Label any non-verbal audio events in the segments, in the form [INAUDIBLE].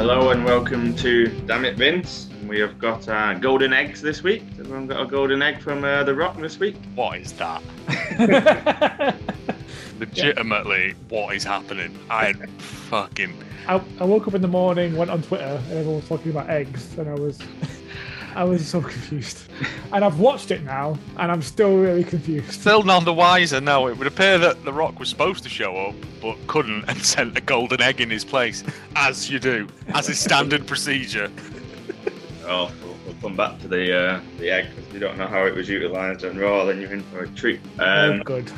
Hello and welcome to Damn It Vince. We have got uh, golden eggs this week. Has everyone got a golden egg from uh, The Rock this week? What is that? I, Legitimately, what is happening? I fucking. I woke up in the morning, went on Twitter, and everyone was talking about eggs, and I was, I was so confused. And I've watched it now, and I'm still really confused. Still none the wiser now. It would appear that The Rock was supposed to show up, but couldn't and sent a golden egg in his place, as you do, as is standard procedure. Oh, we'll, we'll come back to the uh, the egg because we don't know how it was utilised on Raw. Then you're in for a treat. Oh, Um, good.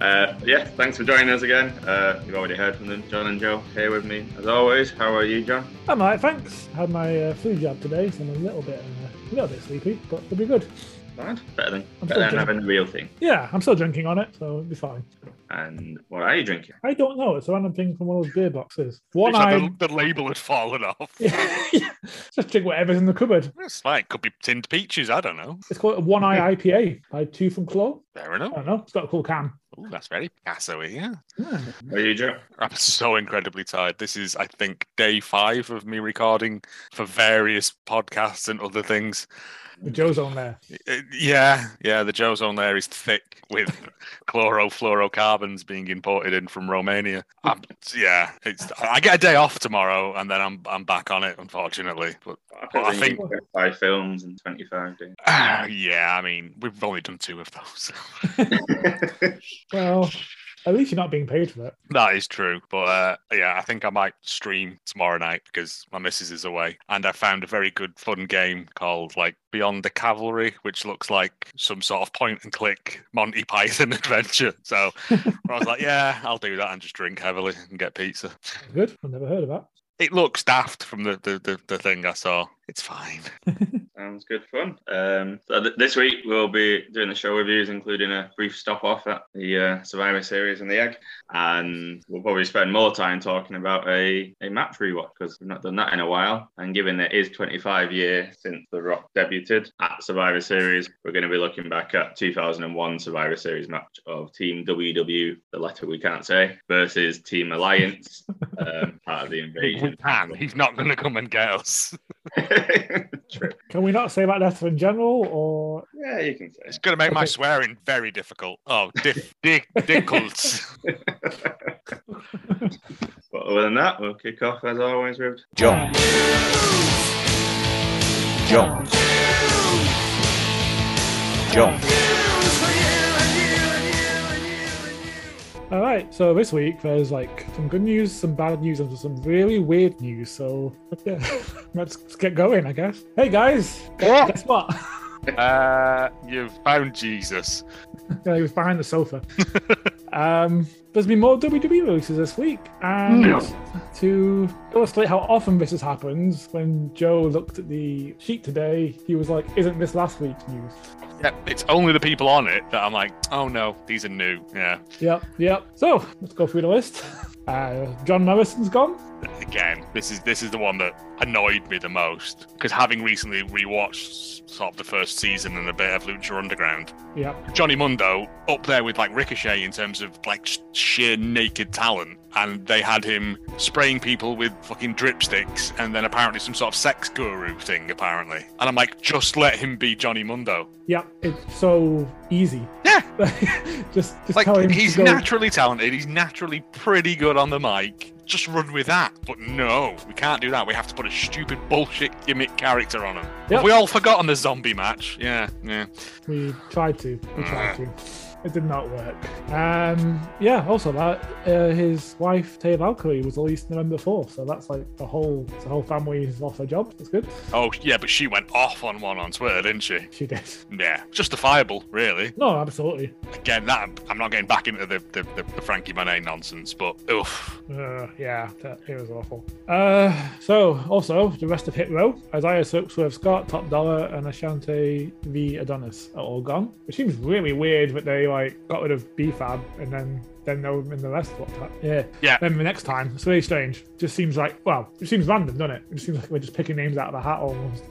uh, yeah, thanks for joining us again. Uh, you've already heard from them, John and Joe, here with me as always. How are you, John? I'm alright, thanks. Had my uh, flu jab today, so I'm a little bit, uh, a little bit sleepy, but it'll be good. Bad? Better than I'm better still than having a real thing. Yeah, I'm still drinking on it, so it'll be fine. And what are you drinking? I don't know. It's a random thing from one of those beer boxes. One It's like eye. the, the label had fallen off. [LAUGHS] Yeah, just drink whatever's in the cupboard. It's fine. It could be tinned peaches. I don't know. It's called a One Eye IPA by Two from Claw. Fair I enough. don't know. It's got a cool can. Ooh, that's very Picasso yeah. Yeah. How are you, Joe? I'm so incredibly tired. This is, I think, day five of me recording for various podcasts and other things. Joe's on there. Uh, Yeah, yeah, the ozone there is thick with chlorofluorocarbons being imported in from Romania. I'm, yeah, it's, I get a day off tomorrow, and then I'm I'm back on it, unfortunately. But [SIGHS] Well, I think- five films in 25 days. uh, yeah, I mean, we've only done two of those. [LAUGHS] Well, at least you're not being paid for it. that is true, but uh, yeah, I think I might stream tomorrow night because my missus is away, and I found a very good fun game called like Beyond the Cavalry, which looks like some sort of point and click Monty [LAUGHS] Python adventure. So I was like, yeah, I'll do that and just drink heavily and get pizza. Good. I've never heard of that. It looks daft from the, the, the, the thing I saw. It's fine. Sounds good fun. Um, so th- this week we'll be doing the show reviews, including a brief stop off at the uh, Survivor Series and the Egg, and we'll probably spend more time talking about a, a match rewatch because we've not done that in a while. And given it is 25 years since The Rock debuted at Survivor Series, we're going to be looking back at 2001 Survivor Series match of Team WW, the letter we can't say, versus Team Alliance, um, part of the We [LAUGHS] invasion. [LAUGHS] can. He's not going to come and get us. True. Can we not say about letter in general or Yeah, you can say. It's going to make my Okay. swearing very difficult. Oh, diff, dick, dickles. But other than that, we'll kick off as always with Jump. Jump. Jump. all right, so this week there's like some good news, some bad news, and some really weird news. So [LAUGHS] yeah, let's, let's get going, I guess. Hey guys, Yeah. guess what? Uh, you've found Jesus. yeah, he was behind [LAUGHS] the sofa. um, there's been more WWE releases this week, and to illustrate how often this has happened, when Joe looked at the sheet today, he was like, "Isn't this last week's news?" Yep, it's only the people on it that I'm like, oh no, these are new. Yeah, Yep, yep. So let's go through the list. [LAUGHS] Uh, John Morrison's gone. again, this is this is the one that annoyed me the most because having recently rewatched sort of the first season and a bit of Lucha Underground, Yep. Johnny Mundo up there with like Ricochet in terms of like sh- sheer naked talent, and they had him spraying people with fucking dripsticks, and then apparently some sort of sex guru thing, apparently. And I'm like, just let him be Johnny Mundo. Yep. It's so easy. Yeah. [LAUGHS] just just Like tell him he's to go. naturally talented, he's naturally pretty good on the mic. Just run with that. But no, we can't do that. We have to put a stupid bullshit gimmick character on him. Yep. Have we all forgotten the zombie match? Yeah, yeah. we tried to. We tried to. It did not work. Um, yeah. Also, that uh, his wife Taya Valkyrie was released November fourth, so that's like the whole the whole family is off their job. That's good. Oh yeah, but she went off on one on Twitter, didn't she? She did. Yeah. Justifiable, really. No, absolutely. Again, that I'm not getting back into the, the, the, the Frankie Monet nonsense, but oof. Uh, yeah, that, it was awful. Uh, so, also, the rest of Hit Row, Isaiah Sooks with Scott, Top Dollar, and Ashante V. Adonis are all gone. It seems really weird that they, like, got rid of B-Fab and then then no in the rest what time. Yeah. Yeah. Then the next time. It's really strange. Just seems like, well, it seems random, doesn't it? It seems like we're just picking names out of a hat almost.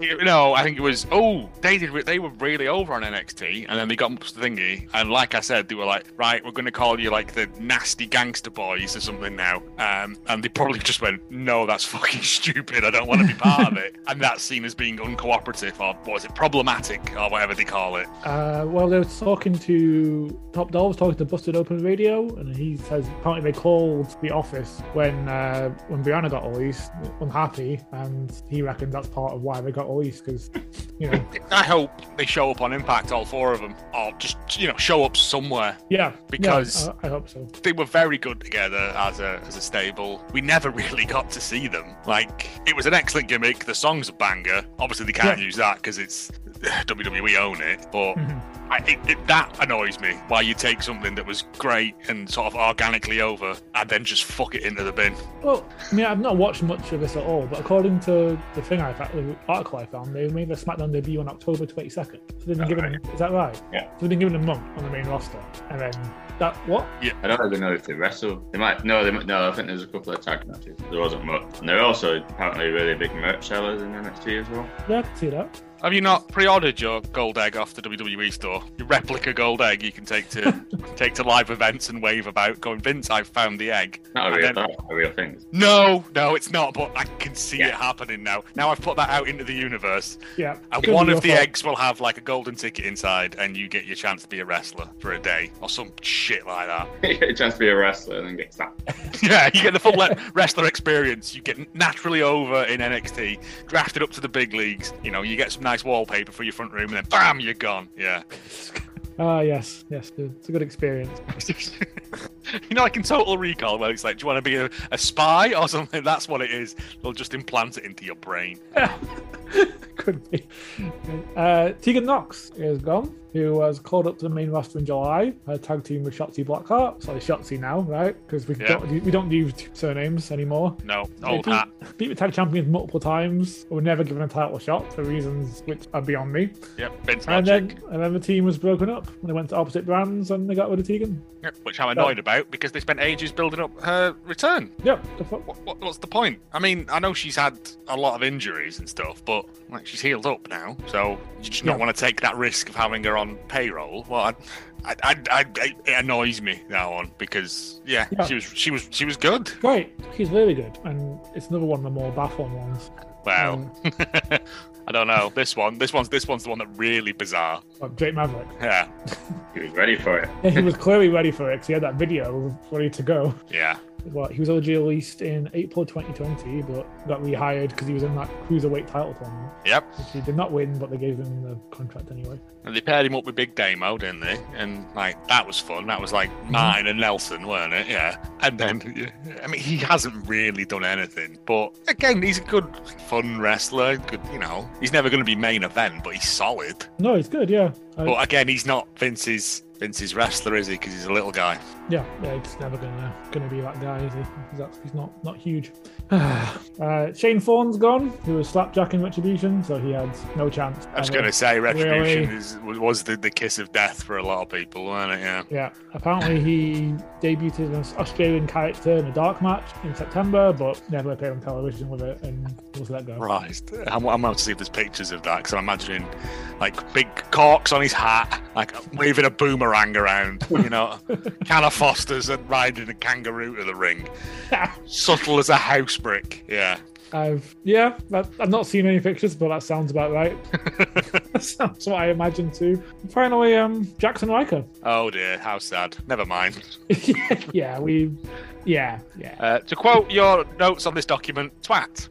You know, I think it was. Oh, they did. They were really over on NXT, and then they got up to the thingy, and like I said, they were like, "Right, we're going to call you like the nasty gangster boys or something now." Um, and they probably just went, "No, that's [LAUGHS] fucking stupid. I don't want to be part of it." And that's seen as being uncooperative, or what was it problematic, or whatever they call it. Uh, well, they were talking to Top Doll was talking to Busted Open Radio, and he says apparently they called the office when uh, when Brianna got released, unhappy, and he reckons that's part of why they got released because you know, I hope they show up on Impact, all four of them, or just you know show up somewhere. yeah, Because- yeah, I, I hope so. They were very good together as a as a stable. We never [LAUGHS] really got to see them. Like it was an excellent gimmick. The song's a banger. Obviously, they can't Yeah. use that because it's [SIGHS] WWE own it. But Mhm. I, it, it, that annoys me. Why you take something that was great and sort of organically over, and then just fuck it into the bin. Well, I mean, I've not watched much of this at all, but according to the thing I found, the article I found, they made their SmackDown debut on October 22nd. So they've been All given, is that right? Yeah. So they've been given a month on the main roster, and then that what? I don't even know if they wrestle. They might. No, they might, no. I think there's a couple of tag matches. There wasn't much, and they're also apparently really big merch sellers in NXT as well. Yeah, I can see that. Have you not pre-ordered your gold egg off the WWE store? Your replica gold egg you can take to take to live events and wave about, going, Vince, I found the egg. Not a I real, don't- that's not a real thing. [LAUGHS] No, no, it's not, but I can see Yeah. it happening now. Now I've put that out into the universe, Yeah. and Could be one your of the fault. eggs will have like a golden ticket inside, and you get your chance to be a wrestler for a day or some shit like that. [LAUGHS] you get a chance to be a wrestler and then get sacked. yeah, you get the full le- wrestler experience. You get naturally over in NXT, drafted up to the big leagues. You know, you get some nice wallpaper for your front room, and then bam, you're gone. Yeah. [LAUGHS] Ah, yes, yes, it's a good experience. [LAUGHS] you know, like in Total Recall, where it's like, do you want to be a, a spy or something? [LAUGHS] That's what it is. They'll just implant it into your brain. Could be. Uh, Tegan Knox is gone, who was called up to the main roster in July. Her tag team with Shotzi Blackheart. Sorry, Shotzi now, right? Because we Yeah. Oh, don't we don't do surnames anymore. No, They old do hat. Beat the tag champions multiple times. Were never given a title shot for reasons which are beyond me. Yep, Vince And Logic. then, and then the team was broken up. And they went to opposite brands, and they got rid of Tegan. Yep, which I'm annoyed about because they spent ages building up her return. Yep. The fuck? What, what, what's the point? I mean, I know she's had a lot of injuries and stuff, but like she's healed up now, so you just Yeah. not want to take that risk of having her on payroll. Well, I, I, I, I, it annoys me that one because yeah, Yeah. she was she was she was good. Great. She's really good, and it's another one of the more baffling ones. Well, Um, [LAUGHS] I don't know this one. This one's this one's the one that really bizarre. like Drake Maverick. Yeah, He was ready for it. [LAUGHS] he was clearly ready for it 'cause he had that video ready to go. yeah. Well, he was originally released in April 2020, but got rehired because he was in that cruiserweight title tournament, Yep. which he did not win, but they gave him the contract anyway. And they paired him up with Big Damo, didn't they? And like that was fun. That was like mine and Nelson, weren't it? Yeah. And then I mean, he hasn't really done anything, but again, he's a good, fun wrestler. Good, you know, he's never going to be main event, but he's solid. No, it's good, yeah. I- But again, he's not Vince's Vince's wrestler, is he? Because he's a little guy. Yeah, yeah, it's never gonna gonna be that guy, is he? He's, that's, he's not not huge. [SIGHS] uh, Shane Thorne's gone, who was slapjack in Retribution, so he had no chance. I was ever. going to say Retribution Really? is, was the, the kiss of death for a lot of people, weren't it? Yeah. Yeah, apparently he debuted as an Australian character in a dark match in September, but never appeared on television with it and was let go. Right. I'm, I'm out to see if there's pictures of that because I'm imagining like big corks on his hat, like waving a boomerang around, you know, can of Foster's and riding a kangaroo to the ring. Subtle as a house brick. Yeah. I've yeah, that, I've not seen any pictures, but that sounds about right. [LAUGHS] that sounds what I imagine too. Finally, um, Jackson Riker. [LAUGHS] Oh dear, how sad. Never mind. yeah, we, yeah, yeah. Uh, to quote your notes on this document, twat.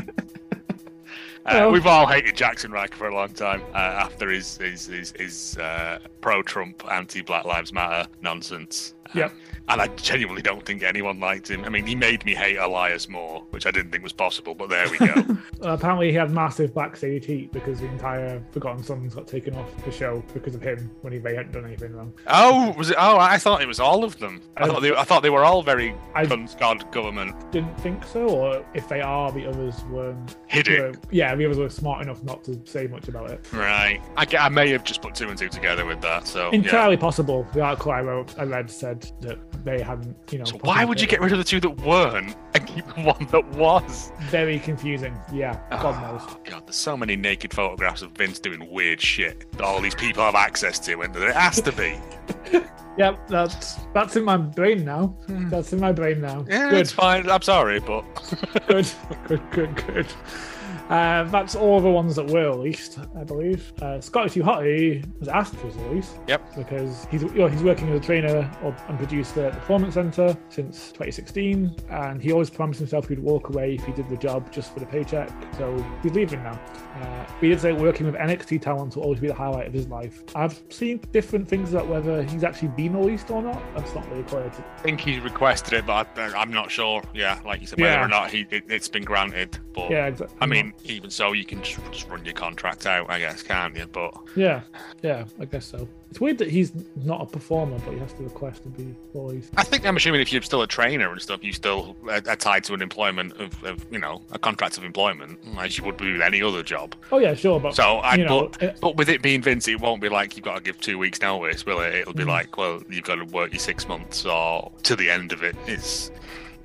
[LAUGHS] Uh, Oh. We've all hated Jackson Riker for a long time uh, after his his his, his uh, pro-Trump, anti-Black Lives Matter nonsense. Uh, Yep. And I genuinely don't think anyone liked him. I mean, he made me hate Elias more, which I didn't think was possible. But there we [LAUGHS] go. Apparently, he had massive backstage heat because the entire Forgotten Sons got taken off the show because of him when he they hadn't done anything wrong. oh, was it? Oh, I thought it was all of them. I I- thought they, I thought they were all very I- cunt god government. Didn't think so, or if they are, the others weren't. Hid it. were- yeah, the others were smart enough not to say much about it. Right. I, g- I may have just put two and two together with that. So Oh, yeah. Entirely possible. The article I wrote, I read said said that they hadn't, you know. So put why in would you paper. get rid of the two that weren't [LAUGHS] and keep the one that was? very confusing? Yeah, God knows. Oh, God, there's so many naked photographs of Vince doing weird shit that all these people have access to, and there has to [LAUGHS] be. Yep, that's that's in my brain now. That's in my brain now. Hmm. Yeah, good, it's fine. I'm sorry, but good, [LAUGHS] good, good, good. Uh, that's all the ones that were released, I believe. Uh, Scottish Hugh Hottie was asked to release. Yep. Because he's you know, he's working as a trainer or, and producer at the Performance Centre since 2016, and he always promised himself he'd walk away if he did the job just for the paycheck. So he's leaving now. Uh, he did say working with NXT talent will always be the highlight of his life. I've seen different things about whether he's actually been released or not. That's not really clear. To, I think he requested it, but I, I'm not sure. Yeah, like you said, Yeah. whether or not he it, it's been granted. But yeah, exactly. I mean, even so, you can just, just run your contract out, I guess, can't you? But Yeah, yeah, I guess so. It's weird that he's not a performer, but he has to request to be released. I think I'm assuming if you're still a trainer and stuff, you still are, are tied to an employment of, of, you know, a contract of employment, as you would be with any other job. Oh yeah, sure, but So, I, you know, eh, but, it- but with it being Vince, it won't be like you've got to give two weeks notice, will it? It'll be Mm. like, well, you've got to work your six months or to the end of it. It's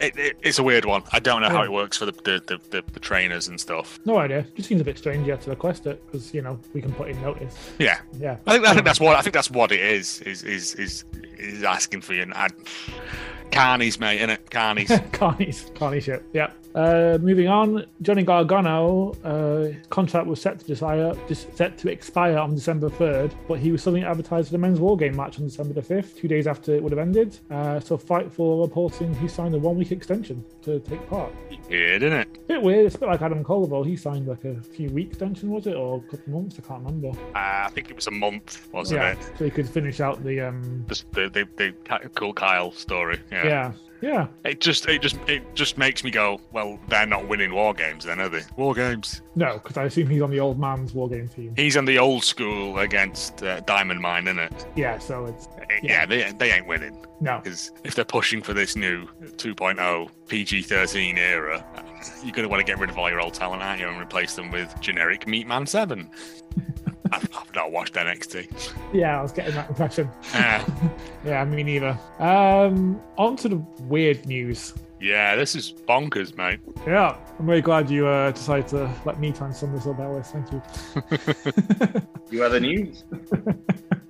it, it, it's a weird one. I don't know how Yeah. it works for the the, the, the the trainers and stuff. no idea. Just seems a bit strange you had to request it because you know we can put in notice. Yeah, Yeah, [LAUGHS] I think I think that's what I think that's what it is. Is is is is asking for you and I, carnies, mate, innit? [LAUGHS] Carnies. Carney's Carney ship. Yeah. Uh, moving on, Johnny Gargano uh, contract was set to desire, just set to expire on December third, but he was suddenly advertised for the men's war game match on December the fifth, two days after it would have ended. Uh, so Fightful are reporting he signed a one week extension to take part. Weird, innit? bit weird. It's a bit like Adam Collable. He signed like a few week extension, was it, or a couple months? I can't remember. Uh, I think it was a month, wasn't yeah, it? so he could finish out the um. Just the, the, the Ki- cool Kyle story. Yeah. Yeah, yeah, It just it just it just makes me go, well, they're not winning war games then, are they? War games. no, because I assume he's on the old man's war game team. He's in the old school against uh, Diamond Mine, isn't it? Yeah, so it's yeah, Yeah. they, they ain't winning no. because if they're pushing for this new 2.0 PG-13 era, you're gonna want to get rid of all your old talent, aren't you, and replace them with generic Meat Man [LAUGHS] Seven. I've, I've not watched NXT. Yeah, I was getting that impression. Uh, Yeah, me neither. Um, on to the weird news. yeah, this is bonkers, mate. Yeah, I'm very glad you uh, decided to let me transcend this all list. Thank you. You are the news.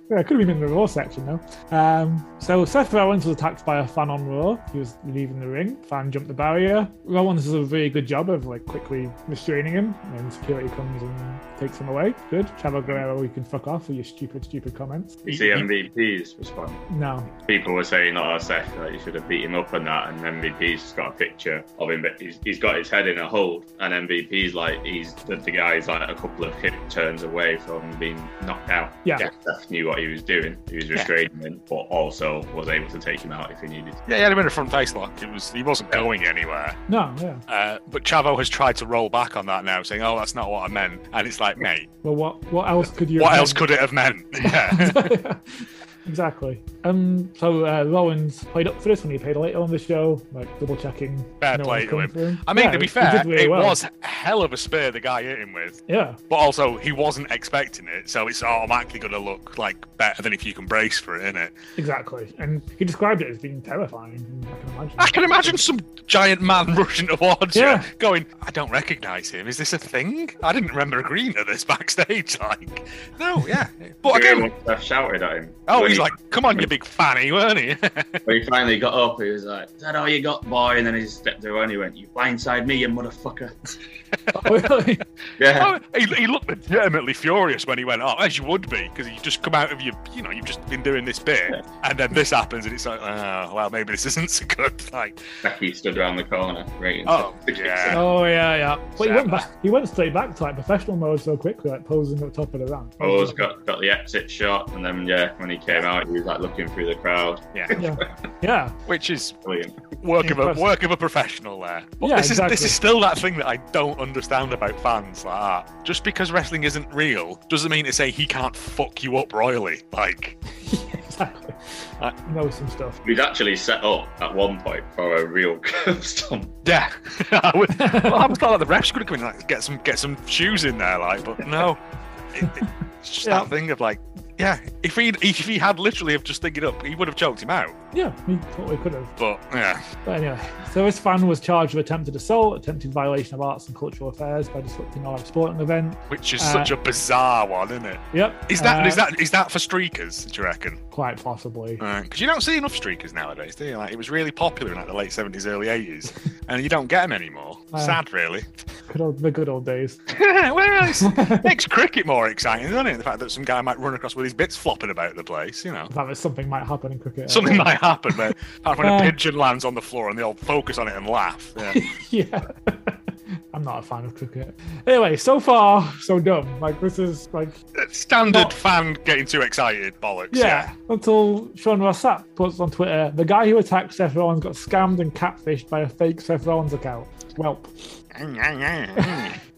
Yeah, it could have been in the Raw section though. Um, so Seth Rollins was attacked by a fan on Raw. He was leaving the ring. Fan jumped the barrier. Rollins does a really good job of like quickly restraining him, and then security comes and takes him away. Good, Chavo Guerrero, you can fuck off with your stupid, stupid comments. [LAUGHS] You see MVP's response. No, People were saying, "Oh, Seth, like, you should have beat him up and that." And MVP's just got a picture of him, but he's, he's got his head in a hold, and MVP's like, he's the, the guy's like a couple of hip turns away from being knocked out. yeah, Yeah. Seth knew what he was doing. He was restraining him, but also was able to take him out if he needed. Yeah, he had him in a front face lock. It was he wasn't going anywhere. no, yeah. Uh, but Chavo has tried to roll back on that now, saying, "Oh, that's not what I meant." And it's like, mate, Well, what what else could you? what have else done? could it have meant? [LAUGHS] Yeah. [LAUGHS] exactly. Um. So uh, Rollins played up for this when he played later on the show, like double checking. Fair no play one's to come him. through. I mean, Yeah, to be he did fair, really it well. was a hell of a spear the guy hit him with, Yeah. but also he wasn't expecting it, so it's automatically going to look like better than if you can brace for it, isn't it? Exactly. And he described it as being terrifying. and I can imagine. I can imagine some giant man [LAUGHS] rushing towards Yeah. you, going, "I don't recognise him. Is this a thing? I didn't remember agreeing to this backstage." [LAUGHS] Like, no, yeah, but Everyone again, must have shouted at him. oh, When he's he- like, "Come on, you big fanny, weren't he?" [LAUGHS] When he finally got up, he was like, "Is that all you got, boy?" And then he just stepped away and he went, "You blindside me, you motherfucker!" [LAUGHS] really? Yeah, Oh, he, he looked legitimately furious when he went up, as you would be, because you just come out of your, you know, you've just been doing this bit, and then this happens, and it's like, oh, well, maybe this isn't so good. [LAUGHS] Like, Becky stood around the corner. Right oh, yeah. [LAUGHS] Oh yeah, yeah. But he Sad. went back. He went straight back to like professional mode so quickly, like posing at the top of the ramp. Oh, Oz got, got the exit shot, and then yeah, when he came out, he was like looking through the crowd. Yeah, [LAUGHS] Yeah. Yeah. which is Brilliant. work of a Impressive. work of a professional there. But Yeah, this is this exactly. is still that thing that I don't understand about fans like that. Just because wrestling isn't real doesn't mean to say he can't fuck you up royally. Like, Exactly. Uh, I know some stuff. He was actually set up at one point for a real [LAUGHS] curb stomp. yeah, [LAUGHS] I would- Well, I was like the refs could have come in and like, get some get some shoes in there, like, but no. It- it- it's just Yeah. that thing of like yeah, if he if he had literally have just thinking up, he would have choked him out. [LAUGHS] Yeah, he totally could have. But yeah, But anyway, so this fan was charged with attempted assault, attempted violation of arts and cultural affairs by disrupting our sporting event. which is Uh, such a bizarre one, isn't it? Yep. Is that is uh, that is that for streakers? Do you reckon? quite possibly? Because you don't see enough streakers nowadays, do you? Like it was really popular in like the late seventies, early eighties, and you don't get them anymore. Uh, Sad, really. [LAUGHS] Good old, the good old days. well, it's, makes cricket more exciting, doesn't it? The fact that some guy might run across with his bits flopping about the place, you know. that was something might happen in [LAUGHS] cricket. Something might happen, but apart from when Uh, a pigeon lands on the floor and they all focus on it and laugh. [LAUGHS] Yeah. yeah. I'm not a fan of cricket. Anyway, so far so dumb. Like this is like Standard Not- fan getting too excited, bollocks. yeah. Until Sean Rossap puts on Twitter, the guy who attacked Seth Rollins got scammed and catfished by a fake Seth Rollins account. Welp. [LAUGHS]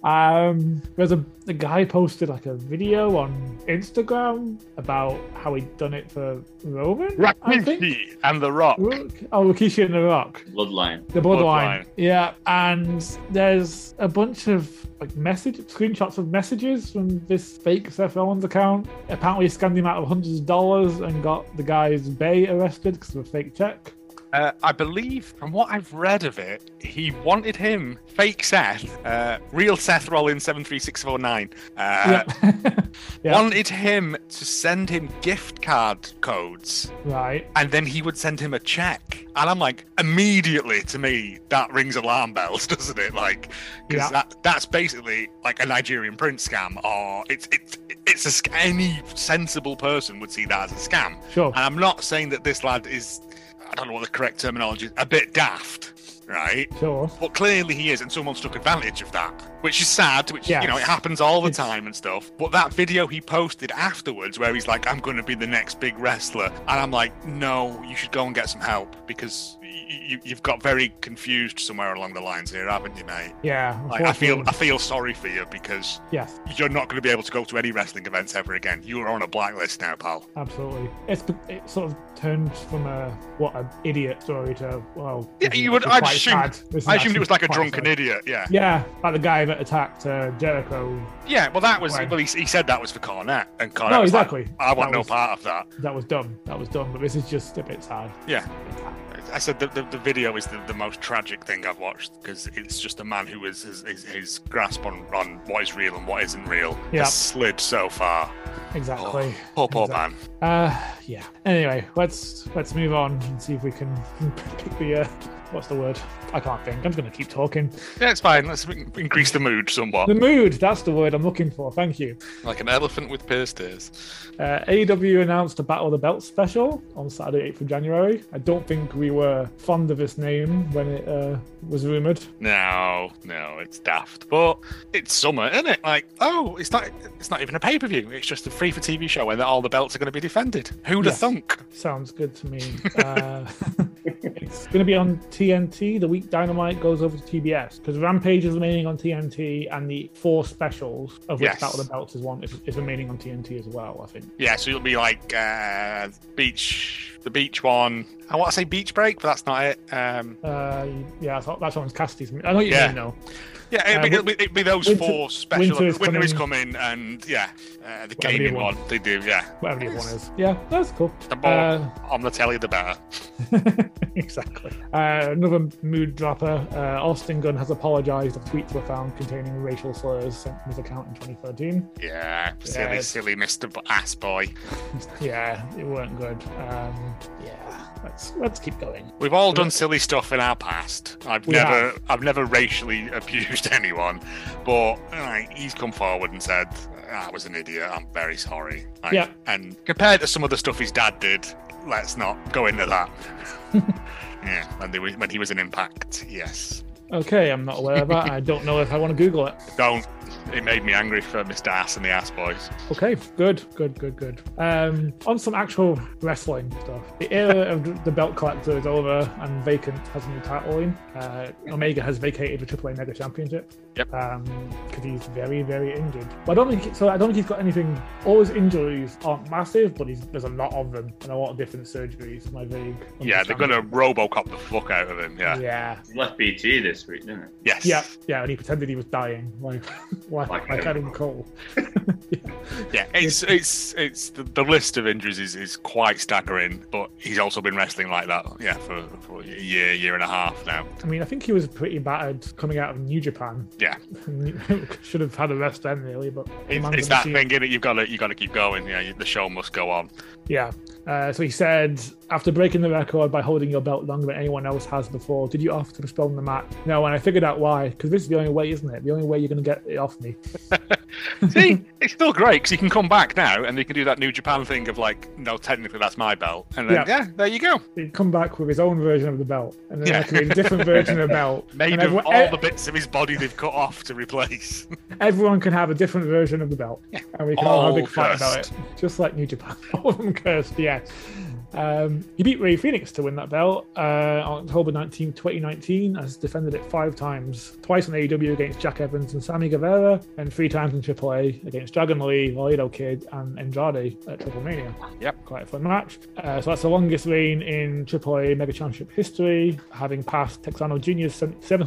Um, there's a the guy posted like a video on Instagram about how he'd done it for Roman. I think. Rakishi and The Rock. Oh, Rikishi and The Rock. Bloodline. The bloodline. Bloodline. Yeah, and there's a bunch of like message screenshots of messages from this fake Seth Rollins account. Apparently, he scammed him out of hundreds of dollars and got the guy's bay arrested because of a fake check. Uh, I believe, from what I've read of it, he wanted him, fake Seth, uh, real Seth Rollins 73649, uh, yeah. [LAUGHS] Yeah. wanted him to send him gift card codes right. and then he would send him a check. And I'm like, immediately to me, that rings alarm bells, [LAUGHS] doesn't it? Like, because Yeah. that that's basically like a Nigerian print scam, or it's it's it's a sc- any sensible person would see that as a scam. Sure. And I'm not saying that this lad is, I don't know what the correct terminology is, a bit daft, right? Sure. But clearly he is, and someone's took advantage of that, which is sad. Which you know it Yes. happens all the It's- time and stuff. But that video he posted afterwards, where he's like, "I'm going to be the next big wrestler," and I'm like, "No, you should go and get some help because y- y- you've got very confused somewhere along the lines here, haven't you, mate?" Yeah. Like, I feel I unfortunately. feel sorry for you because Yes. you're not going to be able to go to any wrestling events ever again. You are on a blacklist now, pal. Absolutely, it's it sort of turned from a what an idiot story to well. Yeah, this is you would- actually I'd quite assume- sad. This is I assumed actually it was like a quite drunken sad. idiot. Yeah. Yeah, like the guy that attacked uh, Jericho. Yeah. Well, that was. Right. Well, he, he said that was for Cornette, and Cornette no, was like, exactly. "I want That no was- part of that." That was dumb. That was dumb. But this is just a bit sad. Yeah. I said the, the, the video is the, the most tragic thing I've watched because it's just a man who is his, his, his grasp on, on what is real and what isn't real Yeah. has slid so far. Exactly. Poor poor Exact- man. Uh, yeah. Anyway, let's let's move on and see if we can pick the uh, what's the word? I can't think. I'm just gonna keep talking. Yeah, it's fine. Let's in- increase the mood somewhat. The mood. That's the word I'm looking for. Thank you. Like an elephant with pierced ears. Uh, AEW announced a Battle of the Belt special on Saturday, 8th of January. I don't think we were fond of this name when it uh, was rumored. No, no, it's daft, but it's summer, isn't it? Like, oh, it's not it's not even a pay per view. It's just a free for TV show, and all the belts are going to be defended. Who'd have Yeah. thunk? Sounds good to [LAUGHS] me. Uh, it's going to be on TNT. The week Dynamite goes over to TBS because Rampage is remaining on TNT and the four specials, of which Yes. Battle of the Belts is one, is, is remaining on TNT as well, I think. Yeah, so it'll be like uh, beach, the beach one. I want to say beach break, but that's not it. Um, Uh, yeah, that's, that's on Cassidy's. I know what you Yeah. mean, though. Yeah, it'd, Uh, be, it'd, be, it'd be those winter- four special. winter Winter is is, coming, and yeah, uh, the Whatever gaming you want. one they do. Yeah, Whatever the other one is. Yeah, that's cool. the more Uh, on the telly, the better. [LAUGHS] exactly. Uh, another mood dropper. Uh, Austin Gunn has apologized if tweets were found containing racial slurs sent from his account in 2013. Yeah, silly, Yes. silly Mister Ass Boy. Yeah, it weren't good. Um, yeah, let's let's keep going. We've all done silly stuff in our past. I've We never, I've never racially [LAUGHS] abused anyone, but like, he's come forward and said, "I was an idiot. I'm very sorry." Like, Yeah. And compared to some of the stuff his dad did, let's not go into [LAUGHS] that. yeah, when, they, were- when he was an impact, yes. Okay, I'm not aware of that. I don't know if I want to Google it. Don't. It made me angry for Mr. Ass and the Ass Boys. Okay, good, good, good, good. Um, on some actual wrestling stuff, the era of the belt collector is over, and Vacant has a new title in. Uh, Omega has vacated the AAA Mega Championship. Yep. Because he's very, very injured. Well, I don't think so. I don't think he's got anything. All his injuries aren't massive, but he's, there's a lot of them and a lot of different surgeries. My vague. Yeah, they're going to understanding. Robocop the fuck out of him. Yeah. Yeah, Left BT this week, didn't it? Yes. yeah, yeah. And he pretended he was dying. Like, [LAUGHS] like, Like like Adam Adam Cole. [LAUGHS] Yeah, it's it's it's the, the list of injuries is, is quite staggering, but he's also been wrestling like that, yeah, for, for a year, year and a half now. I mean, I think he was pretty battered coming out of New Japan. [LAUGHS] Yeah. Should have had a rest then, really, but the It's, man's it's a that machine. thing in it. You've got to you got to keep going. Yeah, you- the show must go [LAUGHS] on. Yeah. Uh, so he said, after breaking the record by holding your belt longer than anyone else has before, did you offer to postpone the match? No, and I figured out why, because this is the only way, isn't it? The only way you're going to get it off me. See, it's still great because you can come back now and they can do that New Japan thing of like, no, technically that's my belt, and then yeah, there you go, He'd come back with his own version of the belt, and then Yeah. there could be a different version [LAUGHS] of the belt. made and of everyone, e- all the bits of his body they've cut off to replace. [LAUGHS] everyone can have a different version of the belt, and we can all, have a All big fight about it, just like New Japan. [LAUGHS] All of them cursed, yeah. Um, he beat Ray Phoenix to win that belt uh, on October 19, 2019, and has defended it five times twice on AEW against Jack Evans and Sammy Guevara, and three times in AAA against Dragon Lee, Laredo Kid, and Andrade at Triple Mania. Yep. Quite a fun match. Uh, so that's the longest reign in AAA Mega Championship history, having passed Texano Jr.'s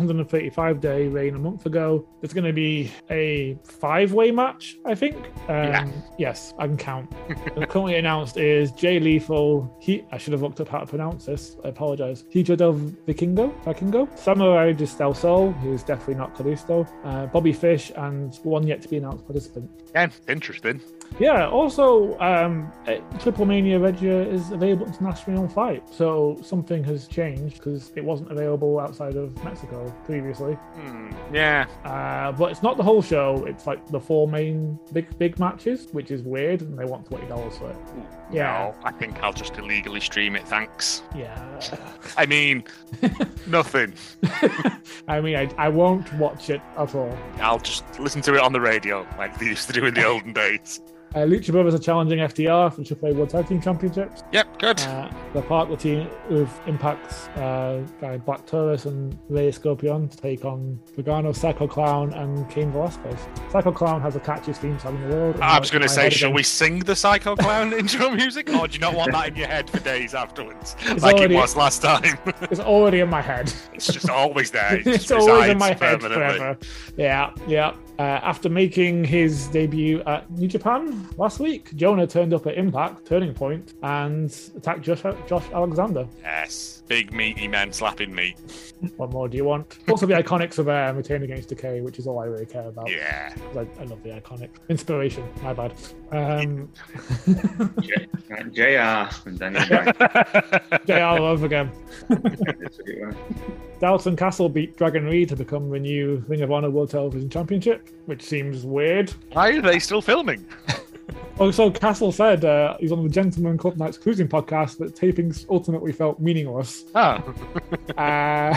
735 day reign a month ago. It's going to be a five way match, I think. Um, Yeah. Yes, I can count. [LAUGHS] And currently announced is Jay Lethal. He I should have looked up how to pronounce this. I apologize. Hijo del Vikingo, Vikingo, Samurai de Del Sol, who's definitely not Kalisto, uh, Bobby Fish, and one yet to be announced participant. Yeah, interesting. Yeah. Also, um, uh, Triple Mania Regia is available internationally on Fight, so something has changed because it wasn't available outside of Mexico previously. Hmm, yeah, Uh, but it's not the whole show. It's like the four main big big matches, which is weird, and they want twenty dollars for it. Yeah. No, I think I'll just illegally stream it. Thanks. Yeah. I [LAUGHS] mean, nothing. I mean, I, I won't watch it at all. I'll just listen to it on the radio like they used to do in the olden days. Uh, Lucha Brothers are challenging FDR for the AAA World Tag Team Championships. Yep, good. Uh, the Parker team with Impact's uh, guy Black Taurus and Rey Scorpion to take on Logano, Psycho Clown, and Kane Velasquez. Psycho Clown has the catchiest theme song in the world. I was going to to say, shall we sing the Psycho Clown [LAUGHS] intro music, or do you not want that in your head for days [LAUGHS] afterwards, like already- it was last time? [LAUGHS] It's already in my head. it's [LAUGHS] just always there. It it's just always in resides my head permanently. forever. Yeah, yeah. Uh, after making his debut at New Japan last week, Jonah turned up at Impact, Turning Point, and attacked Josh, Josh Alexander. Yes, big meaty men slapping meat. What more do you want? Also, the Iconics are there and retain against Decay, which is all I really care about. Yeah, 'cause I, I love the Iconics. [LAUGHS] Inspiration, my bad. Um, J- [LAUGHS] JR and Daniel Bryan. JR love again. That's what it was. Dalton Castle beat Dragon Reed to become the new Ring of Honor World Television Championship, which seems weird. [LAUGHS] why are they still filming? Also, Castle said uh, he's on the Gentleman Club Nights Cruising podcast that tapings ultimately felt meaningless. Oh, Uh,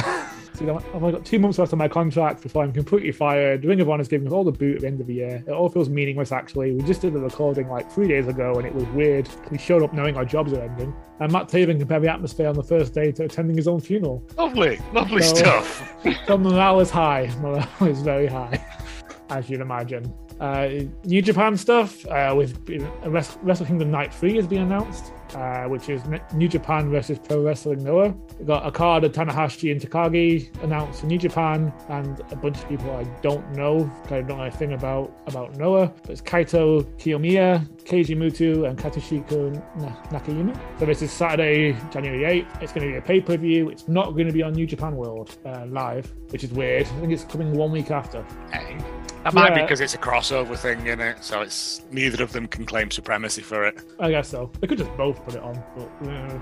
so you know, I've only got two months left on my contract before I'm completely fired. Ring of Honor's giving us all the boot at the end of the year. It all feels meaningless, actually. We just did the recording like three days ago and it was weird. We showed up knowing our jobs are ending. And Matt Taven compared the atmosphere on the first day to attending his own funeral. lovely, lovely No. stuff. So morale is high. Morale is very high, [LAUGHS] as you'd imagine. Uh, New Japan stuff. Uh, we've been, Wres- Wrestle Kingdom Night Three has been announced, uh, which is N- New Japan versus Pro Wrestling Noah. We got Akada, Tanahashi, and Takagi announced for New Japan, and a bunch of people I don't know. 'cause I don't know a thing about about Noah. But it's Kaito Kiyomiya, Keiji Muto, and Katsushiko Na- Nakayama. So this is Saturday, January eighth. It's going to be a pay per view. It's not going to be on New Japan World uh, live, which is weird. I think it's coming one week after. Hey, That might be Yeah. because it's a crossover thing, in it. So it's neither of them can claim supremacy for it. I guess so. They could just both put it on, but uh,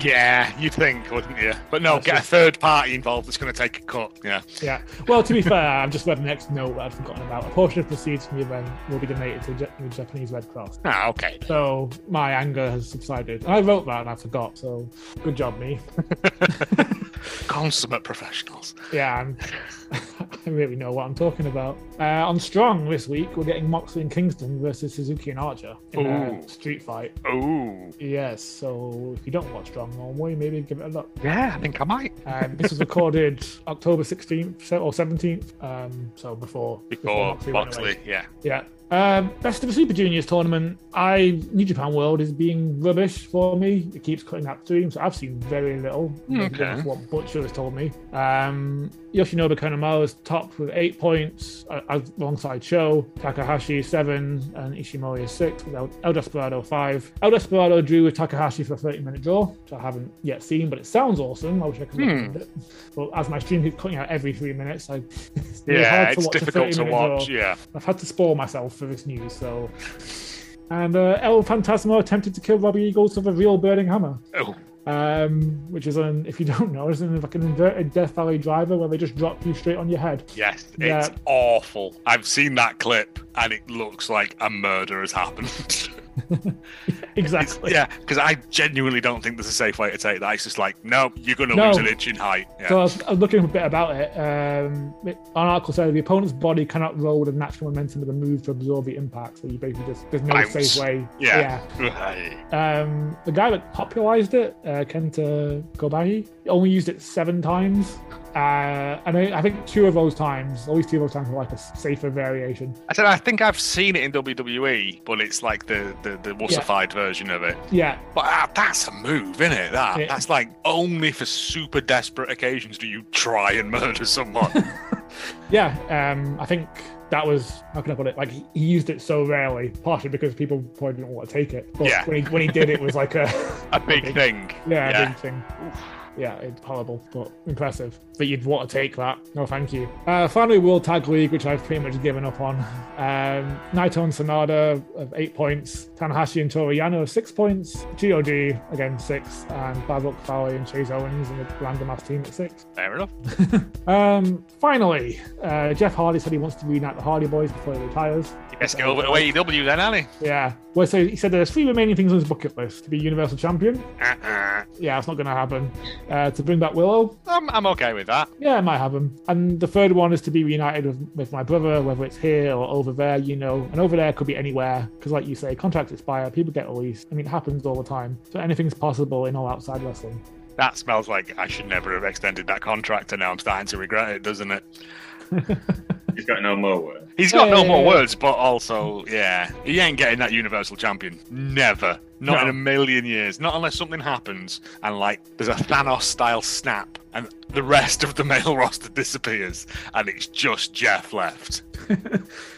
Yeah, you'd think, wouldn't you? But no, That's get just- a third party involved that's going to take a cut. Yeah. yeah. Well, to be fair, I've just read the next note that I've forgotten about. A portion of proceeds from the event will be donated to Ja- the Japanese Red Cross. Ah, okay. So my anger has subsided. I wrote that and I forgot. So good job, me. [LAUGHS] Consummate professionals. Yeah, I'm, [LAUGHS] I really know what I'm talking about. Uh, on Strong this week, we're getting Moxley and Kingston versus Suzuki and Archer in a Ooh. street fight. Oh. Yes, so if you don't watch Strong normally, maybe give it a look. Yeah, I think I might. Um, this was recorded October 16th se- or 17th, um, so before Before went away. Moxley, yeah. Yeah, Um, best of the Super Juniors tournament. I New Japan World is being rubbish for me. It keeps cutting that stream, so I've seen very little. Okay. That's what Butcher has told me. Um, Yoshinobu Kanemaru's top with eight points uh, as- alongside Show, Takahashi seven, and Ishimori is six. With El, El Desperado five. El Desperado drew with Takahashi for a thirty-minute draw, which I haven't yet seen, but it sounds awesome. I wish I could. look Hmm. into it. But as my stream keeps cutting out every three minutes, I, [LAUGHS] it's really Yeah, hard to it's watch a difficult to 30-minute draw. watch. Yeah. I've had to spoil myself for this news, so. And uh, El Fantasma attempted to kill Robbie Eagles with a real burning hammer, Oh, um, which is an, if you [LAUGHS] don't know, is an, like an inverted Death Valley driver where they just drop you straight on your head. [LAUGHS] yes, it's Yeah. awful. I've seen that clip, and it looks like a murder has happened. [LAUGHS] Exactly. yeah, because I genuinely don't think there's a safe way to take that. It's just like, no, you're going to No. lose an inch in height. Yeah. So I was, I was looking a bit about it. Um, it- an article said the opponent's body cannot roll with the natural momentum of the move to absorb the impact. So you basically just there's no Bounce. safe way. Yeah. yeah. Right. Um, the guy that popularized it, uh, Kenta Kobashi, only used it seven times. Uh, and I, I think two of those times, at least two of those times, were like a safer variation. I said I think I've seen it in WWE, but it's like the the, the wussified version of it. Yeah, But ah, that's a move, isn't it? That Yeah. that's like only for super desperate occasions do you try and murder someone. [LAUGHS] yeah. Um, I think that was how can I put it? Like he, he used it so rarely, partially because people probably didn't want to take it. But Yeah. when, he, when he did, it was like a a big Okay. thing. yeah, Yeah. big thing. Yeah, it's horrible, but impressive. But you'd want to take that. No, thank you. Uh, finally, World Tag League, which I've pretty much given up on. Um, Naito and Sonada of eight points. Tanahashi and Toriyano of six points. GOG, again, six. And Babok, Fowler, and Chase Owens in the random ass team at six. Fair enough. Um, finally, uh, Jeff Hardy said he wants to reunite the Hardy Boys before he retires. You best go over to AEW then, Annie. Yeah. Well, so he said there's three remaining things on his bucket list to be Universal Champion. Uh-uh. Yeah, it's not going to happen. Uh, to bring back Willow, I'm, I'm okay with that. yeah, it might happen. And the third one is to be reunited with, with my brother, whether it's here or over there, you know. And over there could be anywhere, because like you say, contracts expire, people get released. I mean, it happens all the time. So anything's possible in all outside wrestling. That smells like I should never have extended that contract, and now I'm starting to regret it, doesn't it? He's got no more work. He's got no more Hey. words, but also, yeah, he ain't getting that Universal Champion. Never. Not No. in a million years. Not unless something happens and, like, there's a Thanos style snap and the rest of the male [LAUGHS] roster disappears and it's just Jeff left.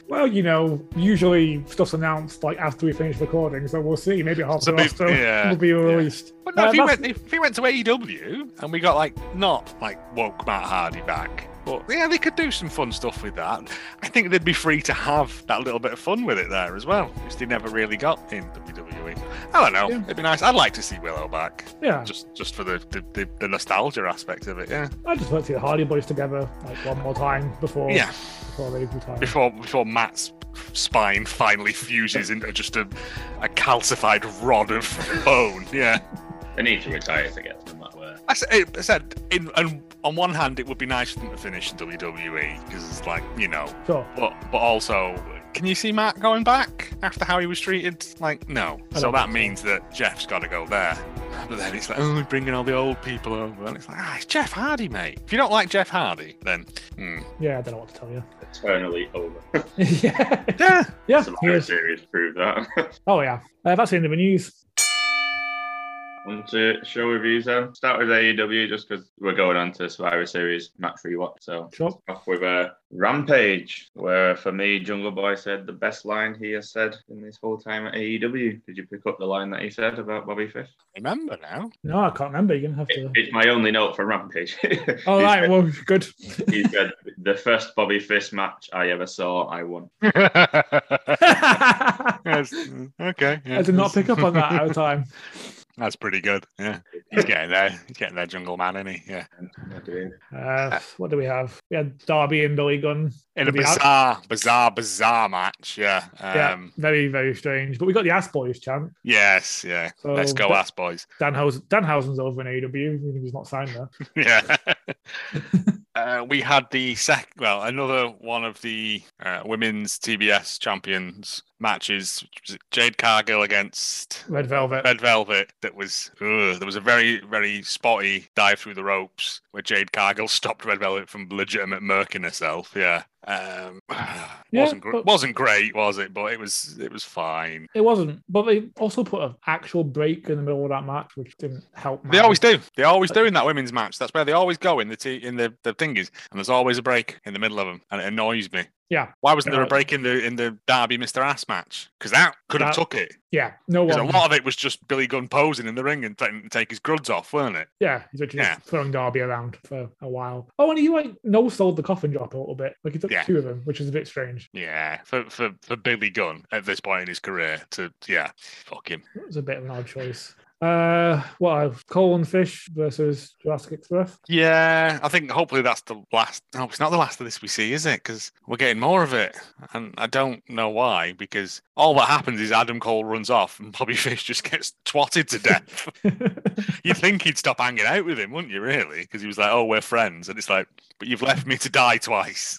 Well, you know, usually stuff's announced like after we finish recording, so we'll see. Maybe half So the may- roster yeah, will be released. But no, Uh, if, he that's- went, if he went to AEW and we got, like, not, like, woke Matt Hardy back. But yeah, they could do some fun stuff with that. I think they'd be free to have that little bit of fun with it there as well, which they never really got in WWE. I don't know. Yeah. It'd be nice. I'd like to see Willow back. Yeah, just just for the the, the, the nostalgia aspect of it. Yeah, I just want to see the Hardy Boys together like one more time before yeah. before they [LAUGHS] retire. Before before Matt's spine finally fuses into just a, a calcified rod of [LAUGHS] bone. Yeah, They need to retire to get them that way. I said. I said in, and on one hand, it would be nice for them to finish in WWE because it's like you know, Sure. but but also. Can you see Matt going back after how he was treated? Like, no. I So don't that think so. means that Jeff's got to go there. But then it's like, oh, we're bringing all the old people over. And it's like, ah, it's Jeff Hardy, mate. If you don't like Jeff Hardy, then, hmm. Yeah, I don't know what to [LAUGHS] tell you. [LAUGHS] Eternally over. yeah. yeah, Yeah. Survivor Series proved that. [LAUGHS] Oh, yeah. Uh, that's the end of the news. On to show reviews then. Start with AEW just because we're going on to Survivor Series match rewatch. So Sure. off with a Rampage, where for me Jungle Boy said the best line he has said in this whole time at AEW. Did you pick up the line that he said about Bobby Fish? remember now. No, I can't remember. You're gonna have to. It- it's my only note for Rampage. [LAUGHS] All He Oh, right, said- well, good. he said the first Bobby Fish match I ever saw, I won. [LAUGHS] Yes, okay. yeah. I did not pick up on that at the time. [LAUGHS] That's pretty good. Yeah, he's getting there. He's getting there, Jungle Man, isn't he? Yeah. Uh, what do we have? We had Darby and Billy Gunn. In a The ass- bizarre, bizarre, bizarre match. Yeah. Yeah, Um, very, very strange. But we got the Ass Boys champ. Yes. Yeah. So Let's go, that- ass boys. [LAUGHS] Danhausen, Danhausen's over in AEW. even if He's not signed there. Yeah. [LAUGHS] Uh, we had the sec, well, another one of the uh, women's TBS champions matches. Was it Jade Cargill against [LAUGHS] Red Velvet. Red Velvet that was ugh, there was a very very spotty dive through the ropes where Jade Cargill [LAUGHS] stopped Red Velvet from legitimate murking herself. Yeah, um, [SIGHS] Yeah, wasn't gr- but- wasn't great, was it? But it was it was fine. It wasn't, but they also put an actual break in the middle of that match, which didn't help. They matters. always do. They always do in that women's match. That's where they always go in the t- in the, the thingies, and there's always a break in the middle of them, and it annoys me. Yeah. Why wasn't there a Uh, break in the in the Derby Mr Ass match? Because that could have That- took it. Yeah, no Because one. a lot of it was just Billy Gunn posing in the ring and taking to take his gruds off, weren't it? Yeah, he's literally Yeah. just throwing Darby around for a while. Oh, and he like no sold the coffin drop a little bit. Like he took Yeah. two of them, which is a bit strange. Yeah. For for for Billy Gunn at this point in his career to yeah, fuck him. It was a bit of an odd choice. Uh, what else? Cole and Fish versus Jurassic Express. [LAUGHS] Yeah, I think hopefully that's the last. No, it's not the last of this we see, is it? Because we're getting more of it, and I don't know why. Because all that happens is Adam Cole runs off, and Bobby [LAUGHS] Fish just gets twatted to death. [LAUGHS] You'd think he'd stop hanging out with him, wouldn't you? Really? Because he was like, "Oh, we're friends," and it's like, "But you've left me to die twice."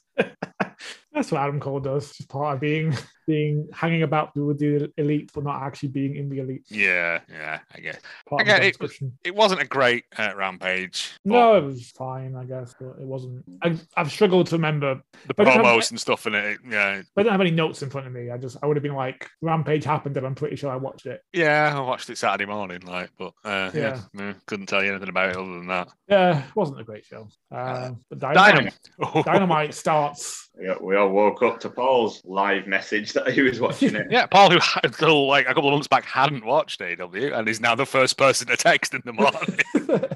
That's what Adam Cole does. Just part of being being hanging about with the elite, but not actually being in the elite. Yeah, yeah, I guess Part Okay, of the it was- Oh. description. it wasn't a great uh, rampage. but No, it was fine, I guess, but it wasn't. I, I've struggled to remember the but it had- promos and stuff in it. Yeah, But I don't have any notes in front of me. I just I would have been like, Rampage happened, and I'm pretty sure I watched it. yeah, I watched it Saturday morning, like, but uh, yeah, yeah, couldn't tell you anything about it other than that. [LAUGHS] Yeah, it wasn't a great show. Uh, but Dynamite, Dynamite. Oh. [LAUGHS] Dynamite starts. We all- we all woke up to Paul's live message that he was watching [LAUGHS] it. Yeah, Paul, who had- until like a couple of months back hadn't watched AEW and is now the first person to text in the [LAUGHS] morning.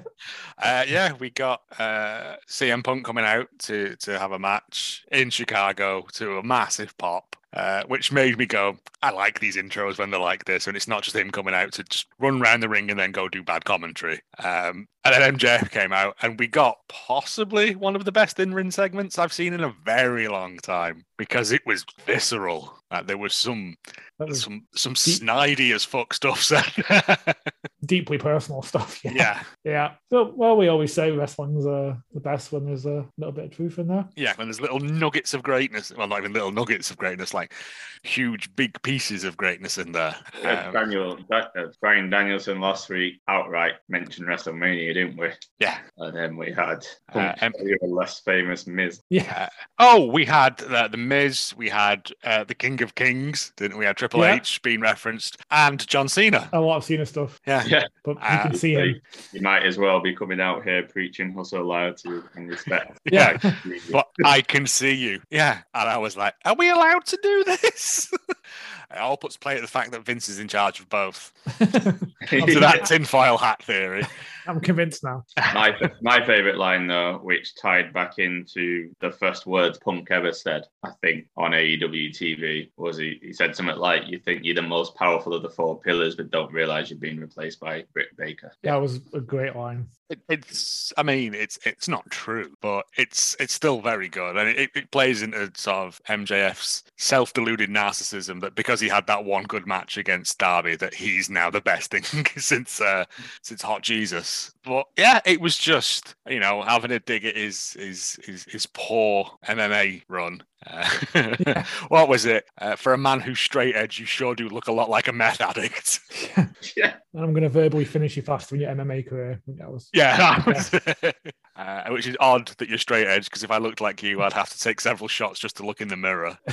uh, yeah, we got uh, CM Punk coming out to to have a match in Chicago to a massive pop. Uh, which made me go, I like these intros when they're like this, and it's not just him coming out to just run round the ring and then go do bad commentary. Um, and then MJF came out, and we got possibly one of the best in ring segments I've seen in a very long time because it was visceral. Uh, there was some That was some some snidey as fuck stuff [LAUGHS] said. deeply personal stuff. Yeah. yeah, Yeah. So, well, we always say wrestling's uh, the best when there's a little bit of truth in there. [LAUGHS] yeah. When there's little nuggets of greatness, well, not even little nuggets of greatness, like huge big pieces of greatness in there. Uh, Um, Daniel, that, uh, Brian Danielson last week outright mentioned WrestleMania, didn't we? yeah. And then we had Uh, um, your less famous Miz. Yeah. Oh, we had uh, the Miz, we had uh, the King of Kings, didn't we? We Had Triple Yeah. Oh. H being referenced, and John Cena. A lot of Cena stuff, Yeah, Yeah, but you Ah, can see him. you might as well be coming out here preaching hustle loud to and respect. [LAUGHS] [LAUGHS] yeah. yeah. But I can see you. Yeah, and I was like, are we allowed to do this? [LAUGHS] it all puts play at the fact that Vince is in charge of both. to that tinfoil hat theory. [LAUGHS] I'm convinced now. my my favorite line though, which tied back into the first words Punk ever said, I think, on E AEW TV, was he, he said something like, "You think you're the most powerful of the four pillars, but don't realize you're being replaced by Britt Baker." [LAUGHS] That was a great line. It, it's, I mean, it's it's not true, but it's it's still very good, and it, it plays into sort of MJF's self-deluded narcissism that because he had that one good match against Darby, that he's now the best thing [LAUGHS] since uh, since Hot Jesus. But yeah, it was just you know having a dig at his his his, his poor MMA run. Uh, [LAUGHS] What was it uh, for a man who's straight edge? You sure do look a lot like a meth addict. [LAUGHS] Yeah, And I'm going to verbally finish you faster in your MMA career. I think That [LAUGHS] was. Yeah, that was it. Uh, which is odd that you're straight edge because if I looked like you, I'd have to take several shots just to look in the mirror. [SIGHS]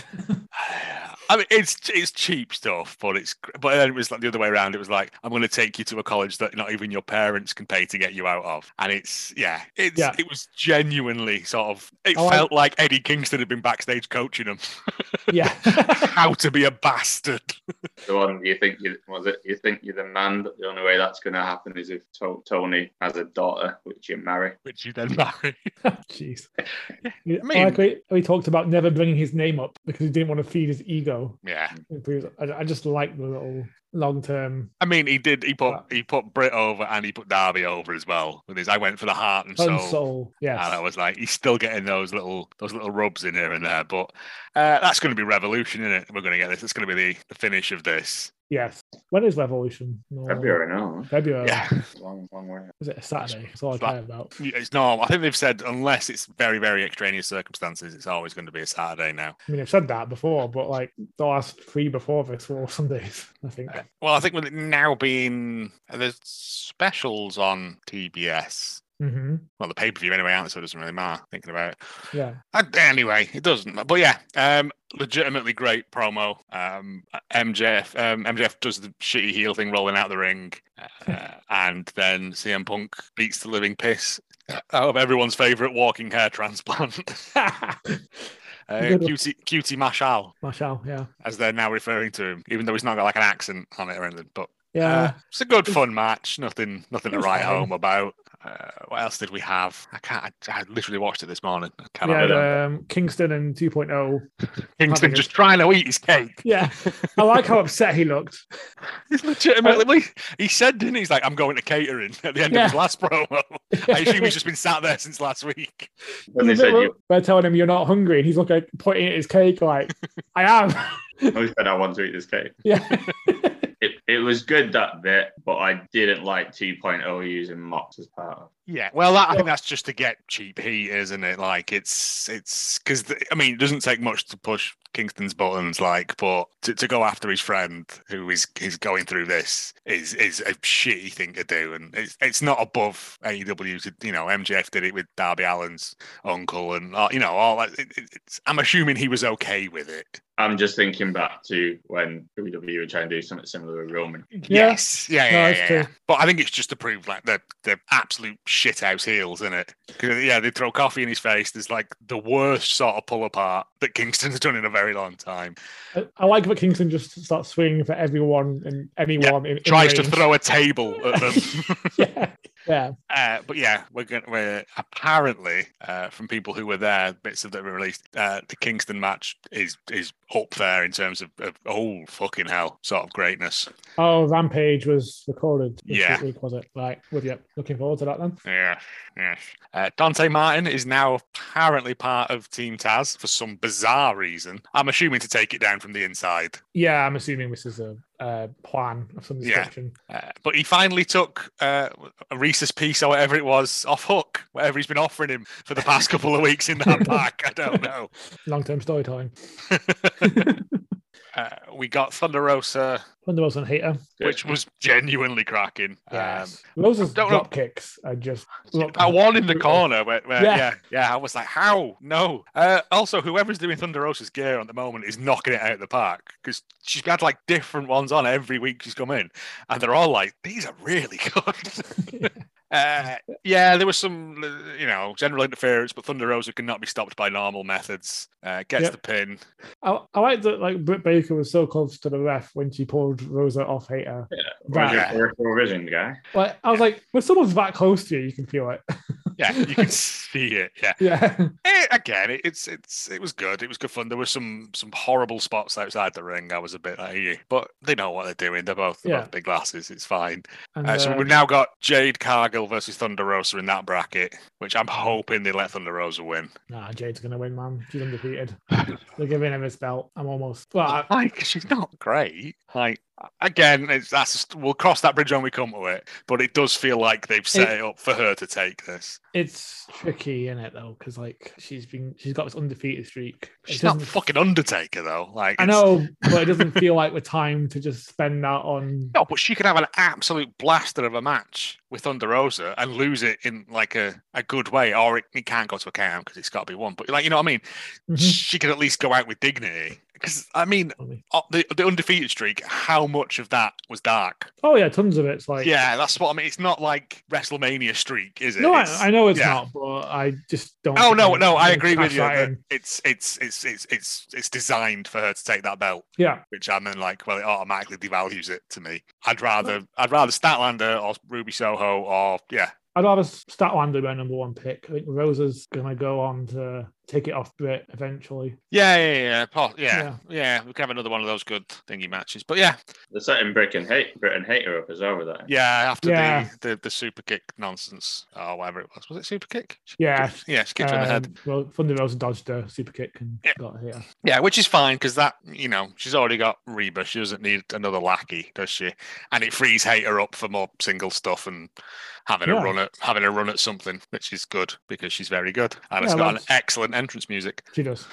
I mean, it's it's cheap stuff, but it's gr- but then it was like the other way around. It was like I'm going to take you to a college that not even your parents can pay to get you out of, and it's yeah, it's Yeah. it was genuinely sort of it I like- felt like Eddie Kingston had been backstage coaching him Yeah. [LAUGHS] [LAUGHS] how to be a bastard. [LAUGHS] the one you think you was it? You think you're the man, but the only way that's going to happen is if to- Tony has a daughter, which you marry. Which you then [LAUGHS] marry. Jeez. I mean- like we, we talked about never bringing his name up because he didn't want to feed his ego. Yeah, I, I just like the little long term. I mean, he did. He put he put Britt over and he put Darby over as well. With his, I went for the heart and soul. Soul. soul. Yes. And I was like, he's still getting those little those little rubs in here and there. But uh, that's going to be revolution, isn't it? We're going to get this. It's going to be the, the finish of this. Yes. When is Revolution? No. February now. huh? February. Yeah. Long, long way. Is it a Saturday? That's all I That- care about. It's normal. I think they've said unless it's very, very extraneous circumstances, it's always going to be a Saturday now. I mean, I've said that before, but like the last three before this were all Sundays, I think. Uh, Well, I think with it now being there's specials on TBS. hmm Well, the pay per view anyway, aren't there? so it doesn't really matter. Thinking about it. Yeah. Uh, anyway, it doesn't. But yeah, um, legitimately great promo. Um, MJF, um, MJF does the shitty heel thing, rolling out the ring, [LAUGHS] uh, and then CM Punk beats the living piss out of everyone's favorite walking hair transplant, [LAUGHS] uh, Good one. cutie, cutie Mashal, Marshall, yeah. as they're now referring to him, even though he's not got like an accent on it or anything. But Yeah. uh, it's a good fun match. Nothing, nothing It to was write fine. home about. Uh, what else did we have? I can't. I, I literally watched it this morning. I can't we had remember. um, Kingston and 2.0. Kingston Having a- just trying to eat his cake. Yeah. I like how upset he looked. [LAUGHS] He's legitimately. [LAUGHS] He said, didn't he? He's like, I'm going to catering at the end of his Yeah. last [LAUGHS] promo. I assume [LAUGHS] he's just been sat there since last week. When they said you, They're telling him you're not hungry, and he's looking pointing at his cake like, I am. [LAUGHS] I said I want to eat this cake. yeah. It, it was good that bit, but I didn't like 2.0 using Mox as part of. Yeah. Well, that, I think that's just to get cheap heat, isn't it? Like, it's it's because I mean, it doesn't take much to push Kingston's buttons. Like, but to, to go after his friend who is is going through this is is a shitty thing to do, and it's it's not above AEW. To, you know, MJF did it with Darby Allen's uncle, and all, you know, all that. It, it- it's, I'm assuming he was okay with it. I'm just thinking back to when WWE were trying to do something similar with Roman. [LAUGHS] Yes. Yeah. Yeah. No, yeah, that's yeah, true. yeah. But I think it's just to prove like the the absolute shithouse heels, isn't it? 'Cause, yeah, they throw coffee in his face. There's like the worst sort of pull apart that Kingston's [LAUGHS] done in a very long time. I, I like that Kingston just starts swinging for everyone and anyone. in, in Tries to range. throw a table at them. [LAUGHS] Yeah. Yeah. Uh, but yeah, we're going. We're apparently uh, from people who were there, bits of that were released. Uh, the Kingston match is is up there in terms of, of oh fucking hell sort of greatness. Oh, Rampage was recorded. This Yeah. Week, was it? Right. With you. Looking forward to that then. Yeah, yeah. Uh, Dante Martin is now apparently part of Team Taz for some bizarre reason. I'm assuming to take it down from the inside. Yeah, I'm assuming this is a uh, plan of some Yeah. description. Uh, but he finally took uh, a Reese's piece or whatever it was off hook, whatever he's been offering him for the past couple of weeks in that pack. I don't know. Long term storytelling. Uh, we got Thunder Rosa, Thunder Wilson hater. Good. which was genuinely cracking. Um, Yes. Rosa's don't know- Um, drop kicks are just. look- That one in the corner, where, where- Yeah. yeah. yeah, I was like, how? No. Uh, also, whoever's doing Thunder Rosa's gear at the moment is knocking it out of the park because she's had like different ones on every week she's come in, and they're all like, these are really [LAUGHS] [LAUGHS] good. Uh, yeah, there was some, uh, you know, general interference, but Thunder Rosa cannot be stopped by normal methods. Uh, gets Yep. the pin. I, I like that. Like Britt Baker was so close to the ref when she pulled Rosa off hater. Yeah. Right. Yeah. Peripheral vision guy. Like I was like, when someone's that close to you, you can feel it. [LAUGHS] Yeah, you can [LAUGHS] see it. Yeah, yeah. Eh, again, it, it's it's it was good. It was good fun. There were some some horrible spots outside the ring. I was a bit like, "Eh," but they know what they're doing. They're both, they're Yeah. both big lasses. It's fine. And, Uh, so uh, we've now got Jade Cargill versus Thunder Rosa in that bracket, which I'm hoping they let Thunder Rosa win. nah, Jade's gonna win, man. She's undefeated. They're giving him his belt. I'm almost. Well, I, Like she's not great. Like again, it's, that's we'll cross that bridge when we come to it. But it does feel like they've set it, up for her to take this. it's tricky in it though, because like she's been, she's got this undefeated streak. It She's not doesn't- fucking Undertaker though. Like I it's- know, but it doesn't [LAUGHS] feel like we're time to just spend that on. No, but she could have an absolute blaster of a match with Thunder Rosa and lose it in like a, a good way, or it, it can't go to a count because it's got to be one. But like you know what I mean? Mhm. She could at least go out with dignity. Because I mean, uh, the the undefeated streak. How much of that was dark? Oh yeah, tons of it's like. yeah, that's what I mean. It's not like WrestleMania streak, is it? No, It's- I, I know it's yeah. not, but I just don't. Oh think no, I'm- no, I I'm agree with cash you. that that in. It's it's it's it's it's it's designed for her to take that belt. Yeah, which I'm then like, well, it automatically devalues it to me. I'd rather, I'd rather Statlander or Ruby Soho or yeah, I'd rather Statlander be my number one pick. I think Rosa's gonna go on to take it off Brit eventually. Yeah, yeah, yeah, po- yeah, yeah, We can have another one of those good thingy matches. But yeah, They're setting Brick and Hate Britain Hater up as well with that. yeah, after Yeah. The, the the super kick nonsense or whatever it was, was it super kick? Yeah. yeah, she kicked her in the head. Um, Well, Thunder Rosa dodged a super kick and Yeah. got it here. Yeah, which is fine because that you know she's already got Reba. She doesn't need another lackey, does she? And it frees Hater up for more single stuff and having Yeah. a run at having a run at something, which is good because she's very good and Yeah, it's got that's- an excellent entrance music. She does.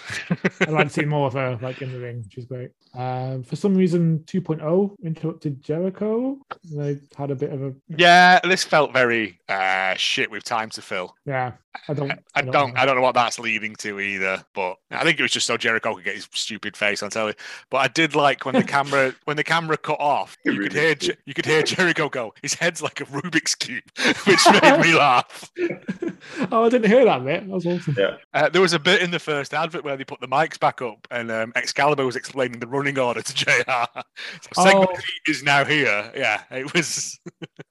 I'd like to see more of her like in the ring. She's great. Um, for some reason, 2.0 interrupted Jericho. They had a bit of a [LAUGHS] Yeah, this felt very uh shit with time to fill. yeah. I don't. I don't I don't know what that's leading to either, but I think it was just so Jericho could get his stupid face on telly. But I did [LAUGHS] like when the camera when the camera cut off, It you could really hear did. Je- you could hear Jericho go, his head's like a Rubik's cube, [LAUGHS] which made [LAUGHS] me laugh. [LAUGHS] oh, I didn't hear that bit. That was awesome. Uh, there was a bit in the first advert where they put the mics back up, and um, Excalibur was explaining the running order to [LAUGHS] Jr. So segment Oh. eight is now here. Yeah, it was.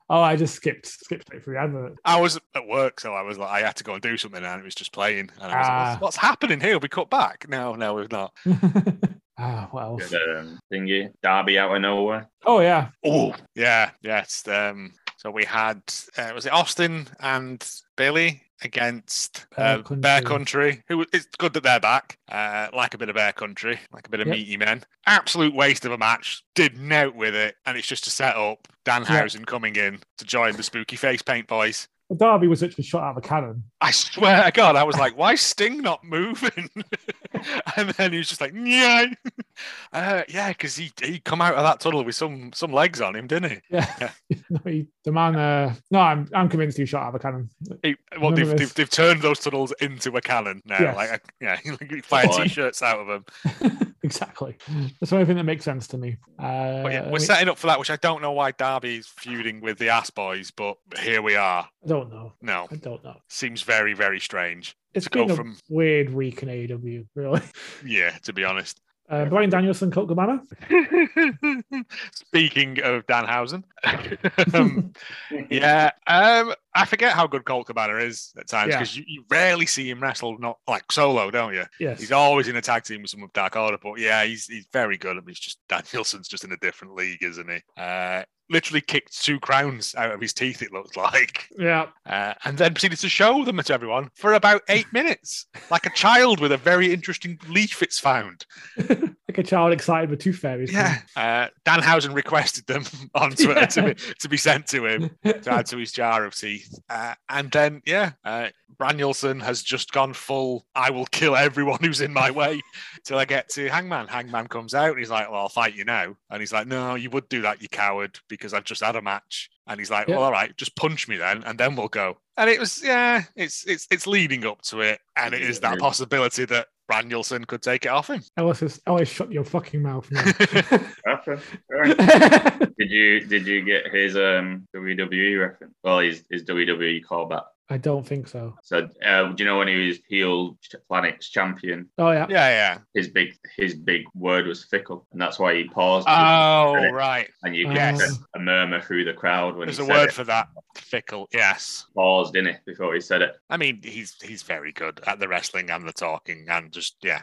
Oh, I just skipped skipped straight through the advert. I was at work, so I was like, I had to go and do something, and it was just playing. And I was like, Ah. what's, what's happening here? We cut back? No, no, we've not. [LAUGHS] ah, what else? The, um, thingy, Derby out of nowhere. Oh yeah, Oh, yeah, yes. Um, so we had uh, was it Austin and Billy against Bear uh, Bear Country. Country? Who it's good that they're back. Uh, like a bit of Bear Country, like a bit of Yep. meaty men. Absolute waste of a match. Did nout with it, and it's just a set up. Danhausen coming in to join the Spooky Face Paint Boys. Darby was literally shot out of a cannon. I swear to God, I was like, why is Sting not moving? [LAUGHS] and then he was just like, yeah, [LAUGHS] uh, yeah, because he he come out of that tunnel with some some legs on him, didn't he? Yeah, [LAUGHS] no, he, the man. Uh, no, I'm I'm convinced he was shot out of a cannon. [LAUGHS] It, well, None of they've, us- they've, they've turned those tunnels into a cannon now. Yes. Like, I- yeah, [LAUGHS] like you fire Why? t-shirts out of them. exactly. That's the only thing that makes sense to me. Uh, But Oh, yeah, I we're mean, setting up for that, which I don't know why Derby's feuding with the Ass Boys, but here we are. I don't know. No, I don't know. seems very, very strange. It's To go been a from- weird week in AEW, really. Yeah, to be honest. Uh, Brian Danielson, Colt Cabana. Speaking of Danhausen, um, yeah, um, I forget how good Colt Cabana is at times Yeah. because you, you rarely see him wrestle not like solo, don't you? Yes. He's always in a tag team with someone of Dark Order, but yeah, he's he's very good. I mean, he's just Danielson's just in a different league, isn't he? Uh, literally kicked two crowns out of his teeth. It looked like, yeah. uh, and then proceeded to show them to everyone for about eight minutes, like a child with a very interesting leaf it's found. like a child excited with two fairies. Yeah, uh, Danhausen requested them [LAUGHS] on Twitter to be to be sent to him to add to his jar of teeth. Uh, and then, yeah, uh, Branielson has just gone full, I will kill everyone who's in my way till I get to Hangman. Hangman comes out and he's like, Well, I'll fight you now. And he's like, No, you would do that, you coward, because I've just had a match. And he's like, Yeah. Well, all right, just punch me then, and then we'll go. And it was, yeah, it's it's it's leading up to it. And it is that Yeah. possibility that Branielson could take it off him. [LAUGHS] Ellis, is, Ellis, shut your fucking mouth. man. [LAUGHS] Okay, all right. [LAUGHS] Did you did you get his um WWE reference? Well, his his WWE callback. I don't think so. So, uh, do you know when he was heel ch- planet's champion? Oh yeah. Yeah, yeah. His big his big word was fickle, and that's why he paused. Oh, right. and you get Yes. a, a murmur through the crowd when There's he a said word it. for that. Fickle. Yes. Paused in it before he said it. I mean, he's he's very good at the wrestling and the talking and just [LAUGHS] yeah.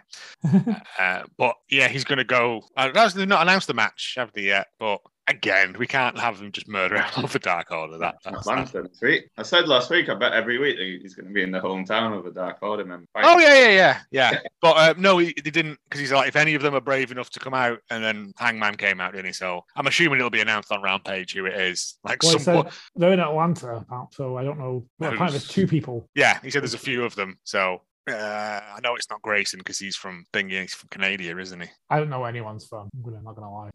Uh, but yeah, he's going to go. Uh, that's- they've not announced the match, have they yet? But again, we can't have him just murder [LAUGHS] out of a dark order. That that's That's Manson, sweet. I said last week. I bet every week that he's going to be in the hometown of a Dark Order member. Oh yeah, yeah, yeah, yeah. But uh, no, he, they didn't because he's like, if any of them are brave enough to come out, and then Hangman came out, didn't he? So I'm assuming it'll be announced on Rampage who it is. Like Well, some, it said they're in Atlanta, so I don't know. Well, Who's- apparently, there's two people. yeah, he said [LAUGHS] there's a few of them. So uh, I know it's not Grayson because he's from thingy, he's from Canada, isn't he? I don't know where anyone's from. I'm gonna- I'm not gonna lie.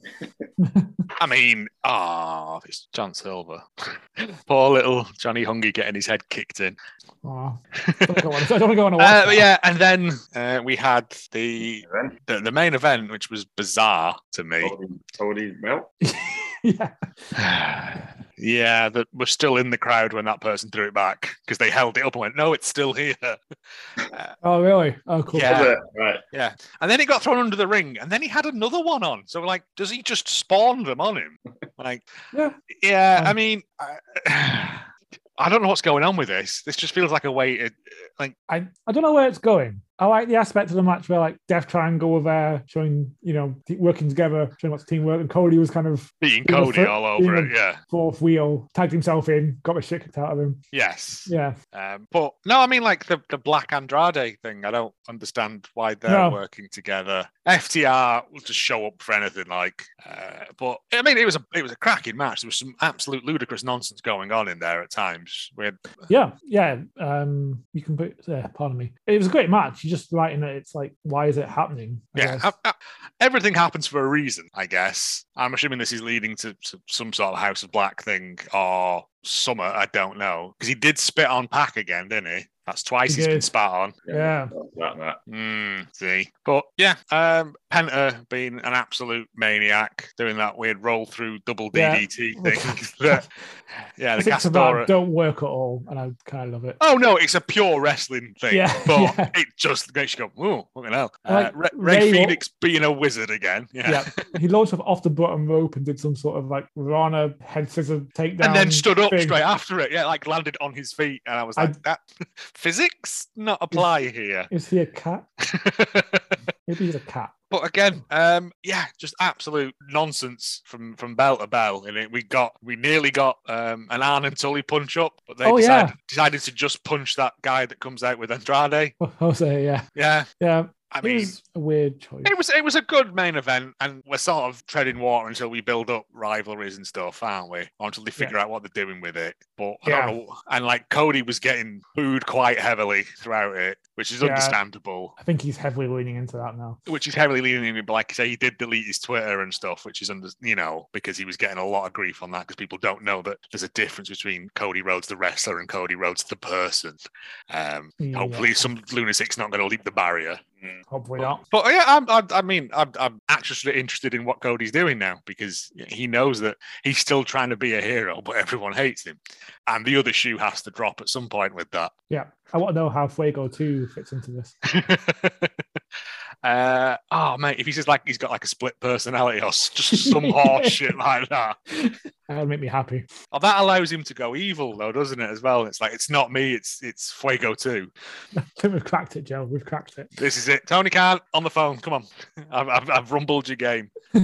I mean, ah, it's John Silver. [LAUGHS] Poor little Johnny Hungy getting his head kicked in. Aw. I don't wanna- I don't want to go on [LAUGHS] a Uh, watch. but yeah, and then uh, we had the, yeah. the the main event, which was bizarre to me. Totally, totally well. [LAUGHS] yeah. [SIGHS] yeah, that we're still in the crowd when that person threw it back because they held it up and went, "No, it's still here." Oh really? Oh cool. Yeah. Right. Right. yeah, and then it got thrown under the ring, and then he had another one on. So like, does he just spawn them on him? Like, Yeah. Yeah, I Um, mean, I, [SIGHS] I don't know what's going on with this. This just feels like a way. To, like, I, I don't know where it's going. I like the aspect of the match where like Death Triangle were there showing, you know, t- working together, showing lots of teamwork, and Cody was kind of Being Being a Cody fir- all being over a- it. Yeah. fourth wheel, tagged himself in, got the shit kicked out of him. Yes. Yeah. Um, but no, I mean like the, the Black Andrade thing. I don't understand why they're No. working together. FTR will just show up for anything. Like, uh, but I mean, it was a it was a cracking match. There was some absolute ludicrous nonsense going on in there at times. We had Yeah, yeah. Um, you can put. Yeah, pardon me. It was a great match. You're just writing it. It's like, why is it happening? I Yeah, guess. I- I- everything happens for a reason, I guess. I'm assuming this is leading to, to some sort of House of Black thing or summer. I don't know because he did spit on Pack again, didn't he? That's twice he He has been did. spat on. Yeah. Like that. Mm, see, but yeah, um, Penta being an absolute maniac, doing that weird roll through double Yeah. [LAUGHS] DDT thing. that- yeah, I the think Saban Gastora. don't work at all, and I kind of love it. Oh no, it's a pure wrestling thing, Yeah, but yeah. it just makes you go, "Ooh, fucking hell!" I like Uh, Ray, Ray Ray- Phoenix being a wizard again. Yeah. he launched off, off the bottom rope and did some sort of like Rana head scissor takedown, and then stood up thing. straight after it. Yeah, like landed on his feet, and I was I- like, "That [LAUGHS] physics not apply here." [LAUGHS] Is he a cat? Maybe he's a cat. [LAUGHS] but again, um, yeah, just absolute nonsense from from bell to bell. And it, we got, we nearly got um, an Arn and Tully punch up, but they Oh, yeah. decided, decided to just punch that guy that comes out with Andrade. Jose, yeah, Yeah, yeah. I it mean. was a weird choice. It was it was a good main event, and we're sort of treading water until we build up rivalries and stuff, aren't we? Or until they figure out what they're doing with it. But I Yeah. don't know. And like Cody was getting booed quite heavily throughout it, which is Yeah. understandable. I think he's heavily leaning into that now. Which is heavily leaning in, but like I say, he did delete his Twitter and stuff, which is under you know because he was getting a lot of grief on that because people don't know that there's a difference between Cody Rhodes the wrestler and Cody Rhodes the person. Um, Yeah. Hopefully, some lunatic's not going to leap the barrier. Mm. Hopefully not. But yeah, I'm, I, I mean, I'm, I'm actually interested in what Cody's doing now because he knows that he's still trying to be a hero, but everyone hates him, and the other shoe has to drop at some point with that. Yeah, I want to know how Fuego Two fits into this. [LAUGHS] uh, oh mate, if he's just like he's got like a split personality or s- just some horse shit like that, That would make me happy. [LAUGHS] oh, that allows him to go evil though, doesn't it? As well, it's like it's not me, it's it's Fuego too. I think we've cracked it, Joe. We've cracked it. This is it. Tony Khan on the phone. Come on, [LAUGHS] I've, I've, I've rumbled your game, Uh,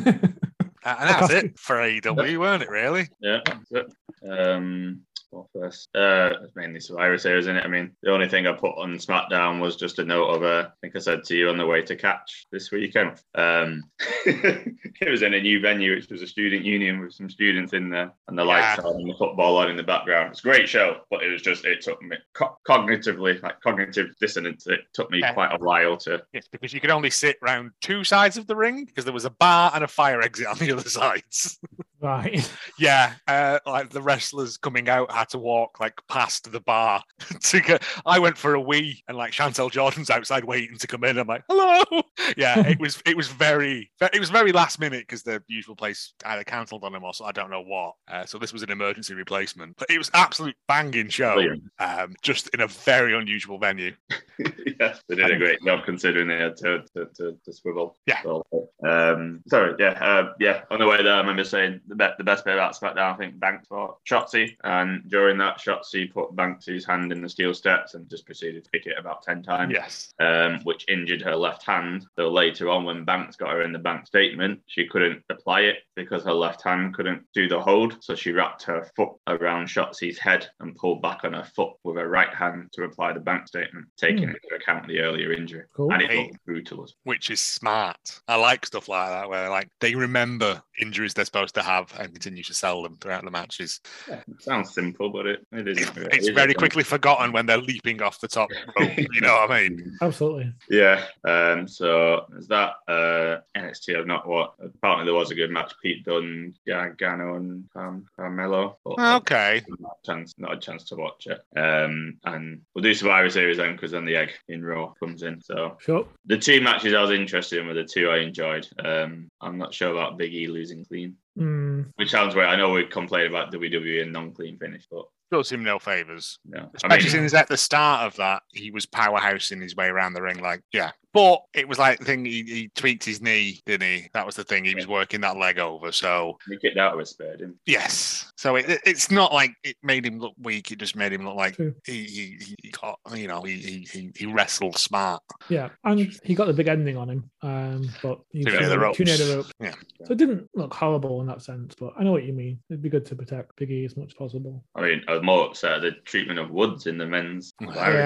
and that's it for AEW, weren't it? Really. Yeah, that's it. Um, what first? Uh, it's mainly Survivor Series, isn't it? I mean, the only thing I put on SmackDown was just a note of, uh, I think I said to you on the way to catch this weekend. Um, [LAUGHS] it was in a new venue, which was a student union with some students in there, and the lights Yeah. on and the football on in the background. It's a great show, but it was just, it took me co- cognitively, like cognitive dissonance, it took me Yeah. quite a while to. Yes, because you could only sit round two sides of the ring because there was a bar and a fire exit on the other sides. right. [LAUGHS] yeah, uh, like the wrestlers coming out had to walk like past the bar [LAUGHS] to go. I went for a wee, and like Chantel Jordan's outside waiting to come in. I'm like, hello. [LAUGHS] Yeah, it was it was very it was very last minute because the usual place either cancelled on them or so I don't know what. Uh, so this was an emergency replacement, but it was absolute banging show, Brilliant. um, just in a very unusual venue. [LAUGHS] yes, they did a great job considering they had to to, to, to swivel. Yeah. So, um, sorry. Yeah. Uh, yeah. On the way there, I remember saying the, be- the best bit about SmackDown, I think, Banks for Shotzi, and during that, Shotzi put Banksy's hand in the steel steps and just proceeded to kick it about ten times Yes. um, which injured her left hand. Though later on, when Banks got her in the bank statement, she couldn't apply it because her left hand couldn't do the hold. So she wrapped her foot around Shotzi's head and pulled back on her foot with her right hand to apply the bank statement, taking into account the earlier injury. Cool. And it Hey. looked brutal. which is smart. I like stuff like that where like they remember injuries they're supposed to have and continue to sell them throughout the matches. It sounds simple, but it, it is. It's, it it's is a very thing. quickly forgotten when they're leaping off the top rope. [LAUGHS] You know what I [LAUGHS] mean? Absolutely. Yeah. Um, so there's that. Uh, NXT, I've not what. Apparently, there was a good match. Pete Dunne, Gargano, and um, Carmelo. But- Okay. not a chance, not a chance to watch it. Um, and we'll do Survivor Series then because then the egg in Raw comes in. So Sure. the two matches I was interested in were the two I enjoyed. Um, I'm not sure about Big E losing clean, Mm, which sounds weird. I know we complain about WWE and non-clean finish, but Does him no favors. no. I Especially mean, since at the start of that, he was powerhousing his way around the ring. Like, yeah, But it was like the thing he, he tweaked his knee, didn't he? That was the thing he was working that leg over. So He kicked out of his spare, didn't yes, so it, it's not like it made him look weak. It just made him look like True. he, he, he- he got you know he, he- he he wrestled smart. Yeah, and he got the big ending on him, um, but he Too near the ropes. Too near the rope. Yeah. So it didn't look horrible in that sense, but I know what you mean. It'd be good to protect Biggie as much as possible. I mean, I was more upset at the treatment of Woods in the men's. diary.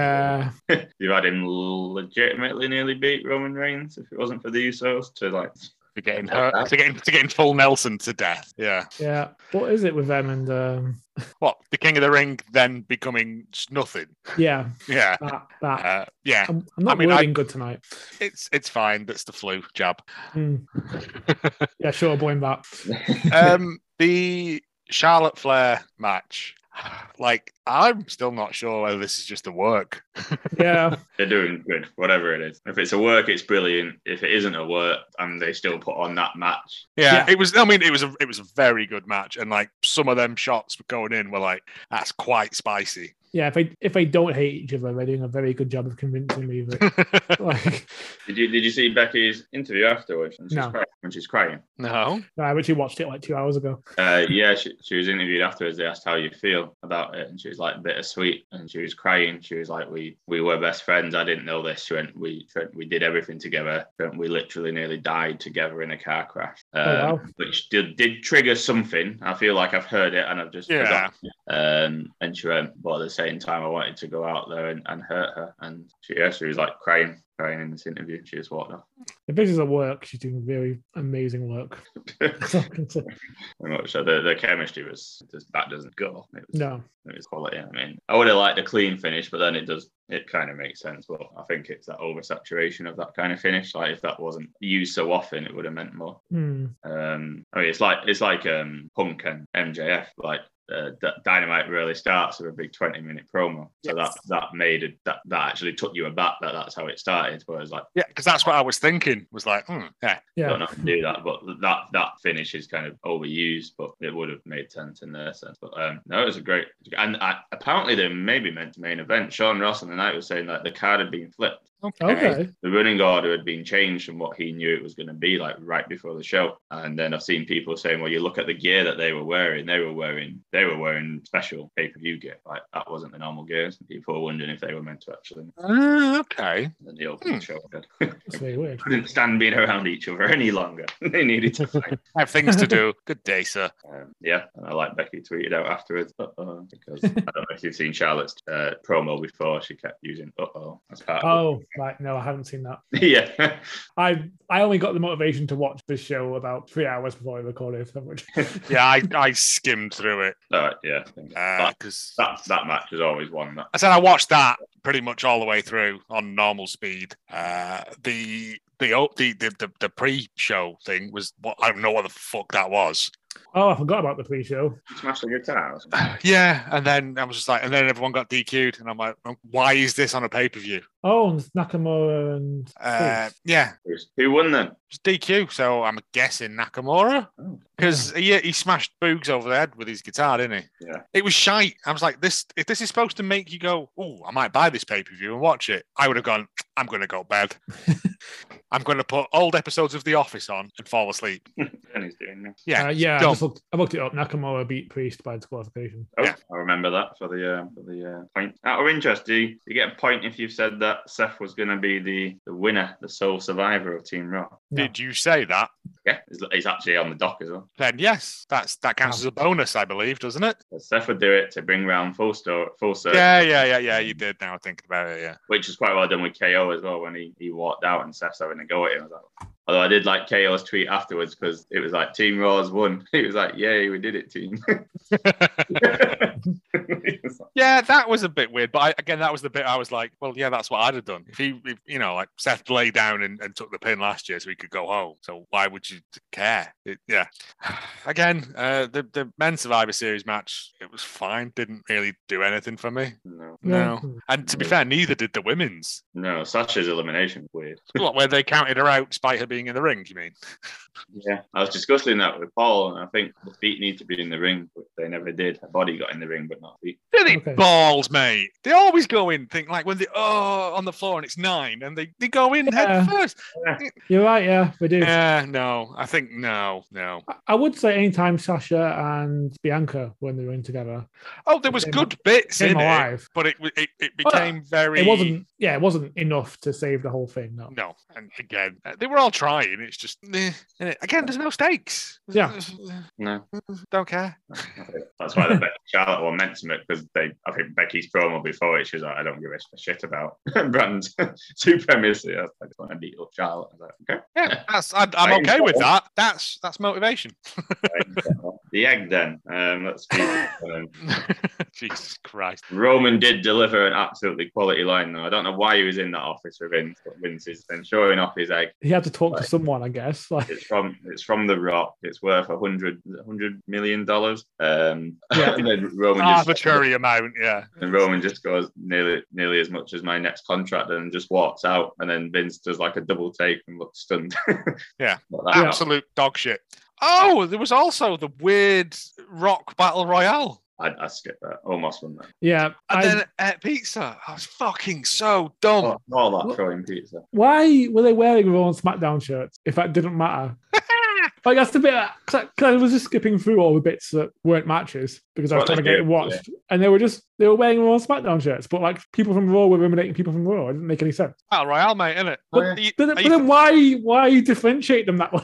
Yeah, you had him legitimately nearly beat Roman Reigns if it wasn't for the Usos to like. For getting Like hurt, that. for getting, for getting full Nelson to death. Yeah. yeah. What is it with them and um, What? The King of the Ring then becoming nothing. yeah, Yeah. [LAUGHS] that [LAUGHS] that. Uh, yeah. I'm, I'm not I mean, I- wording good tonight. It's it's fine. That's the flu jab. [LAUGHS] Hmm. yeah, sure, blame that. um, the Charlotte Flair match. Like, I'm still not sure whether this is just the work. Yeah, They're doing good, whatever it is. If it's a work, it's brilliant. If it isn't a work, and they still put on that match, Yeah, Yeah. it was. I mean, it was a it was a very good match, and like some of them shots were going in were like that's quite spicy. [LAUGHS] yeah. If I if I don't hate each other, they're doing a very good job of convincing me that [LAUGHS] like Did you did you see Becky's interview afterwards? When she's No. crying, when she's crying. No. I actually watched it like two hours ago. Uh, yeah, she, she was interviewed afterwards. They asked how you feel about it, and she was like bittersweet, and she was crying. She was like, "We we were best friends. I didn't know this. She went, we Trent, we did everything together. Trent, we literally nearly died together in a car crash." Um, Oh, wow. Which did, did trigger something. I feel like I've heard it, and I've just Yeah. forgotten um, and she went, but at the same time, I wanted to go out there and, and hurt her. And she, yeah, she was like crying, crying in this interview. She just walked off. [LAUGHS] If this is a work, she's doing very amazing work. [LAUGHS] Pretty much. So the, the chemistry was just that doesn't go. It was, no, it was quality. I mean, I would have liked a clean finish, but then it does, it kind of makes sense. But I think it's that oversaturation of that kind of finish. Like if that wasn't used so often, it would have meant more. Hmm. Um, I mean, it's like it's like um, Punk and MJF. Like uh, D- Dynamite really starts with a big twenty-minute promo, so that that made it, that that actually took you aback. That that's how it started. Whereas like yeah, because that's what I was thinking. Was like, hmm, yeah, yeah. don't have to do that, but that that finish is kind of overused, but it would have made sense in their sense. But um, no, it was a great and uh, apparently they maybe meant to main event. Sean Ross on the night was saying that the card had been flipped Okay. the running order had been changed from what he knew it was going to be like right before the show. And then I've seen people saying, well, you look at the gear that they were wearing, they were wearing they were wearing special pay-per-view gear. Like that wasn't the normal gears. And people were wondering if they were meant to actually Ah, okay. and then the opening show. That's very [LAUGHS] weird. Couldn't stand being around each other any longer. [LAUGHS] they needed to fight. I have things to do. Good day, sir. Um, yeah, and I like Becky tweeted out afterwards, uh oh, because I don't know if you've seen Charlotte's uh, promo before. She kept using uh oh as part of Oh, right. No, I haven't seen that. it. [LAUGHS] yeah. [LAUGHS] I I only got the motivation to watch this show about three hours before I recorded. so much- Yeah, I, I skimmed through it Uh, yeah. because That, that match is always one that I said I watched that pretty much all the way through on normal speed. Uh, the the o- the the, the, the pre show thing was what I don't know what the fuck that was. oh, I forgot about the pre-show. smash the guitar. or something. yeah, and then I was just like, and then everyone got DQ'd, and I'm like, why is this on a pay per view? Oh, and Nakamura and Uh, Cruz. yeah, Who won then? [LAUGHS] it's DQ. So I'm guessing Nakamura Oh. because he, he smashed Boogs over the head with his guitar, didn't he? Yeah. It was shite. I was like, this if this is supposed to make you go, oh, I might buy this pay per view and watch it, I would have gone, I'm going to go to bed. I'm going to put old episodes of The Office on and fall asleep. And he's doing that. Yeah, Uh, yeah. I, dumb. just looked, I looked it up. Nakamura beat Priest by disqualification. Oh, Yeah. I remember that for the uh, for the uh, point. Out of interest, do you, do you get a point if you've said that Seth was going to be the, the winner, the sole survivor of Team Raw? No. Did you say that? Yeah, he's, he's actually on the dock as well. Then yes, that's that counts Wow. as a bonus, I believe, doesn't it? So Seth would do it to bring round full store, full circle, Yeah, yeah, yeah, yeah. You did. Now thinking about it, yeah. which is quite well done with KO as well when he, he walked out and Seth's having a go at him. I was like, although I did like KO's tweet afterwards because it was like Team Raw's won. [LAUGHS] He was like, "Yay, we did it, [LAUGHS] team!" [LAUGHS] It was like, Yeah, that was a bit weird. But I, again, that was the bit I was like, well, yeah, that's what I'd have done. If he, if, you know, like Seth lay down and, and took the pin last year so he could go home. So why would you t- care? It, yeah. [SIGHS] again, uh, the, the men's Survivor Series match, it was fine. Didn't really do anything for me. no, No. Yeah. Hmm. And to be fair, neither did the women's, no, Sasha's elimination was weird. What, where they counted her out despite her being in the ring, you mean? Yeah, I was discussing that with Paul, and I think the feet need to be in the ring, but they never did. Her body got in the ring, but not feet. Billy Okay. balls, mate. They always go in, think like when they oh on the floor and it's nine and they, they go in Yeah. head first. You're right, yeah, we do. Yeah, no. I think no, no. I- I would say anytime Sasha and Bianca were in the ring together, Oh, there was Came- good bits came in it, alive. but it it, it Well, became very It wasn't, yeah, it wasn't enough to save the whole thing. No. No, and again, uh, they were all trying. It's just eh, and it- again, there's no stakes. Yeah. No, [LAUGHS] don't care. that's why the Becky Charlotte one meant to it because they. I think Becky's promo before it, she was like, "I don't give a shit about [LAUGHS] brand supremacy. I just want to beat up Charlotte." I was [LAUGHS] like, Yeah, that's I, I'm Right. okay with that. That's that's motivation. [LAUGHS] "Okay." the egg, then. Um, let's keep it. Um, Jesus Christ. Roman did deliver an absolutely quality line, though. I don't know why he was in that office with Vince, but Vince is then showing off his egg. He had to talk Right. to someone, I guess. [LAUGHS] Like, It's from it's from The Rock. It's worth a hundred hundred million dollars. Um, [LAUGHS] Yeah. and then Roman Ah, just, Arbitrary amount, yeah. and Roman just goes nearly nearly as much as my next contract, and just walks out. And then Vince does like a double take and looks stunned. [LAUGHS] Yeah. But that happened. Absolute dog shit. Oh, there was also the weird rock battle royale. I, I skipped that. Almost won that. yeah. And I- then at pizza. I was fucking so dumb. Oh, all that throwing pizza. why were they wearing Raw and SmackDown shirts if that [LAUGHS] didn't matter? Like that's the bit because I was just skipping through all the bits that weren't matches because I was Well, trying to they get it do, watched, and they were just they were wearing Raw and Smackdown shirts, but like people from Raw were eliminating people from Raw. It didn't make any sense. battle royale, mate, innit? Oh, yeah. Are you, But, then- are but you- then why why differentiate them [LAUGHS] that way?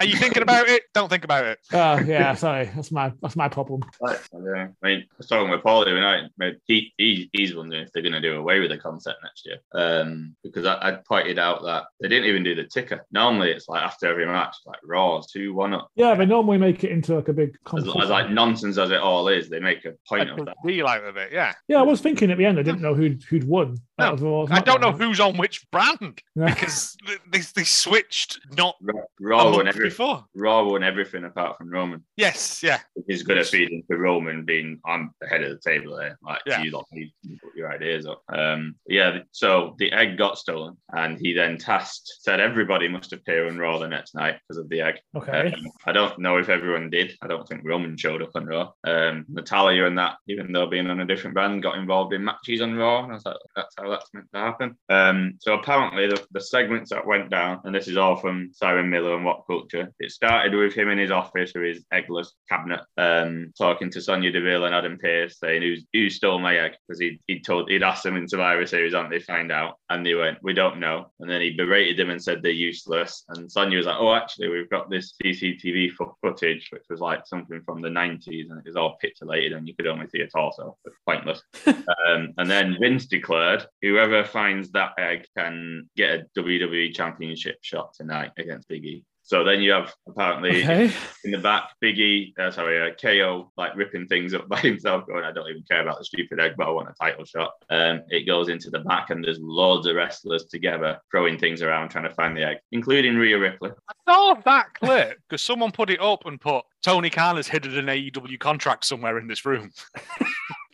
are you thinking about it? Don't think about it. Oh yeah, sorry, that's my that's my problem. Right. I mean, I was talking with Paul the other night. but He, he, he's wondering if they're going to do away with the concept next year. Um, because I, I pointed out that they didn't even do the ticker. Normally, it's like after every match, like Raw, 2 1 up. Yeah, they normally make it into like a big As, competition. as like nonsense as it all is, they make a point of that. deal out of it, yeah. yeah, I was thinking at the end, I didn't know who'd who'd won. No, out of Raw and I don't know SmackDown. who's on which brand [LAUGHS] No. [LAUGHS] because th- they, they switched not Ra- a Raw won, month Oh, every, before. Raw won everything apart from Roman. Yes, yeah. He's going to feed into Roman being on the head of the table there. Like, Yeah. you lot need to put your ideas up. Um, yeah, so the egg got stolen, and he then tasked, said everybody must appear on Raw the next night because of the egg. [LAUGHS] Okay, Um, I don't know if everyone did. I don't think Roman showed up on Raw. Um, Natalia and that, even though being on a different brand, got involved in matches on Raw. And I was like, that's how that's meant to happen. Um, so apparently, the, the segments that went down, and this is all from Simon Miller and What Culture, it started with him in his office with his eggless cabinet, um, talking to Sonia Deville and Adam Pearce, saying, Who's, Who stole my egg? Because he'd, he'd, told, he'd asked them in Survivor Series, aren't they find out? And they went, We don't know. And then he berated them and said they're useless. And Sonia was like, Oh, actually, we've got this CCTV fo- footage, which was like something from the 90s and it was all pixelated and you could only see a torso. It's pointless. um, and then Vince declared, Whoever finds that egg can get a WWE championship shot tonight against Biggie. So then you have apparently okay, in the back, Biggie, uh, sorry, uh, KO, like ripping things up [LAUGHS] by himself, going, I don't even care about the stupid egg, but I want a title shot. Um, it goes into the back, and there's loads of wrestlers together throwing things around trying to find the egg, including Rhea Ripley. [LAUGHS] I saw that clip because someone put it up and put Tony Khan has hidden an AEW contract somewhere in this room.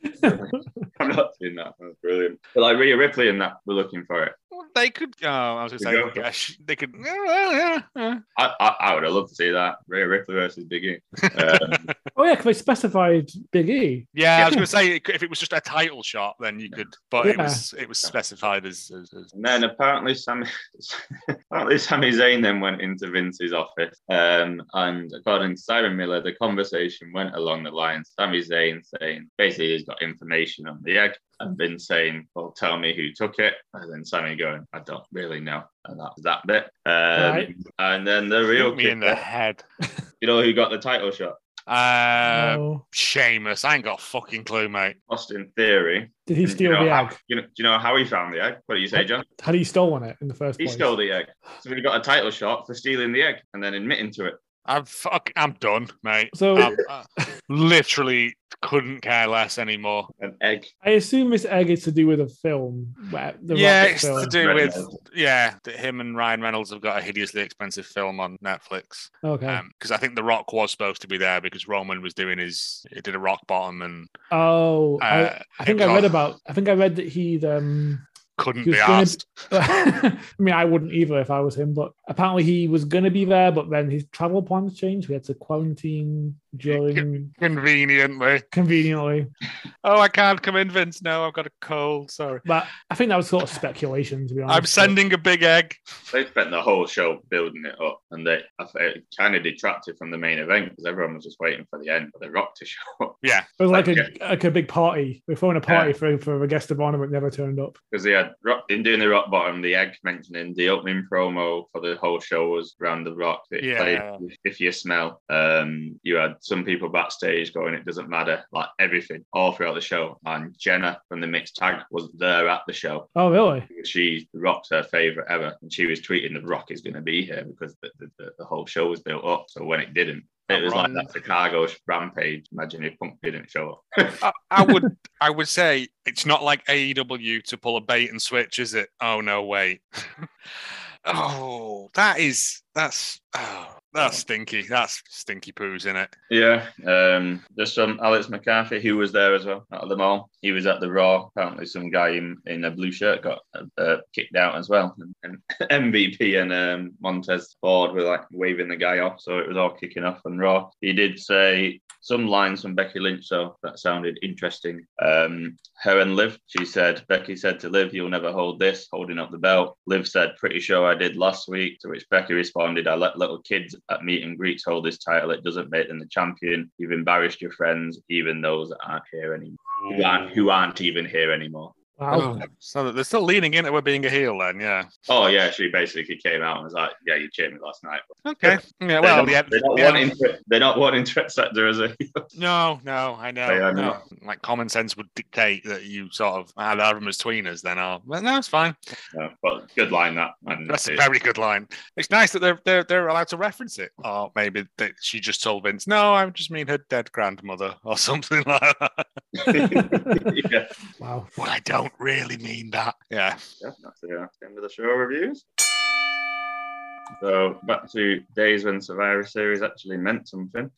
I'm not seeing that. That's brilliant. But like Rhea Ripley and that, we're looking for it. Well, They could. Oh, I was going to They say, go for it. yeah, sh- they could. Yeah, well, yeah, yeah. I, I, I would have loved to see that. Rhea Ripley versus Biggie. Um, oh yeah, 'cause they specified Big E. Yeah, Yeah. I was [LAUGHS] going to say it could- if it was just a title shot, then you could. But it Yeah. was it was specified as. as, as and then apparently Sammy, [LAUGHS] apparently Sami Zayn then went into Vince's office. Um, and according to Simon Miller, the conversation went along the lines. Sami Zayn saying basically he's got information on the egg. And Vince saying, Well, tell me who took it. And then Sammy going, I don't really know. And that was that bit. Um, Right. And then the real Shoot me kid, in the head. you know, who got the title shot? Uh, No. Seamus, I ain't got a fucking clue, mate. Austin Theory. Did he Do you steal know the how- egg? You know, do you know how he found the egg? What do you say, John? Had he stolen it in the first He place? stole the egg. So we got a title shot for stealing the egg and then admitting to it. I'm fuck. I'm done, [LAUGHS] mate. So I'm, I literally couldn't care less anymore. An egg. I assume this egg is to do with a film. Where the yeah, Rock it's film. to do Ryan with Reynolds. yeah that him and Ryan Reynolds have got a hideously expensive film on Netflix. Okay. Um 'cause because I think The Rock was supposed to be there because Roman was doing his he did a rock bottom and oh, I, uh, I think it I was read all- about. I think I read that he'd um, couldn't He be was gonna- asked. [LAUGHS] I mean, I wouldn't either if I was him, but apparently he was going to be there, but then his travel plans changed. We had to quarantine during Conveniently. conveniently. Oh, I can't come in, Vince. No, I've got a cold. Sorry. But I think that was sort of speculation, to be honest. I'm sending a big egg. They spent the whole show building it up, and they I think it kind of detracted from the main event because everyone was just waiting for the end for the Rock to show up Yeah. It was like a, Okay. like a big party. We were throwing a party for, for a guest of honor, but never turned up. because they had Rock in doing the Rock Bottom, the Egg mentioning the opening promo for the whole show was round the Rock. It Yeah. played if you smell. Um, you had some people backstage going, it doesn't matter, like everything all throughout the show. And Jenna from the mixed tag was there at the show. Oh, really? She the Rock's her favorite ever, and she was tweeting the Rock is going to be here because the, the- the, the whole show was built up. So when it didn't, it was like Ron- that Chicago rampage. Imagine if Punk didn't show up. I, I would I would say it's not like AEW to pull a bait and switch, is it? Oh no, wait. [LAUGHS] oh, that is that's oh, that's stinky. That's stinky poos in it. Yeah, um, there's some Alex McCarthy who was there as well out of the mall. He was at the Raw. Apparently, some guy in, in a blue shirt got uh, uh, kicked out as well. And, [LAUGHS] and MVP and um, Montez Ford were like waving the guy off, so it was all kicking off on Raw. He did say some lines from Becky Lynch, so that sounded interesting. Um, her and Liv, she said, Becky said to Liv, "You'll never hold this," holding up the belt. Liv said, "Pretty sure I did last week." To which Becky responded, "I let little kids at meet and greets hold this title. It doesn't make them the champion. You've embarrassed your friends, even those that aren't here anymore, who Mm. aren't, who aren't even here anymore." Wow. Oh, so they're still leaning into her being a heel then, yeah. Oh yeah, she basically came out and was like, "Yeah, you cheered me last night." Okay. Yeah, well, they're yeah, not, they're not yeah. wanting to, they're not wanting to accept her as a [LAUGHS] No, no, I know. They are no. not. Like common sense would dictate that you sort of had them as tweeners, then are. But no, it's fine. No, but good line that. And That's a very good line. It's nice that they're they're, they're allowed to reference it. Or maybe that she just told Vince, "No, I just mean her dead grandmother" [LAUGHS] or something like that. [LAUGHS] Oh. [LAUGHS] yeah, [LAUGHS] wow. [LAUGHS] Well, I don't really mean that. Yeah. yeah, that's the uh, end of the show reviews. So back to days when Survivor Series actually meant something,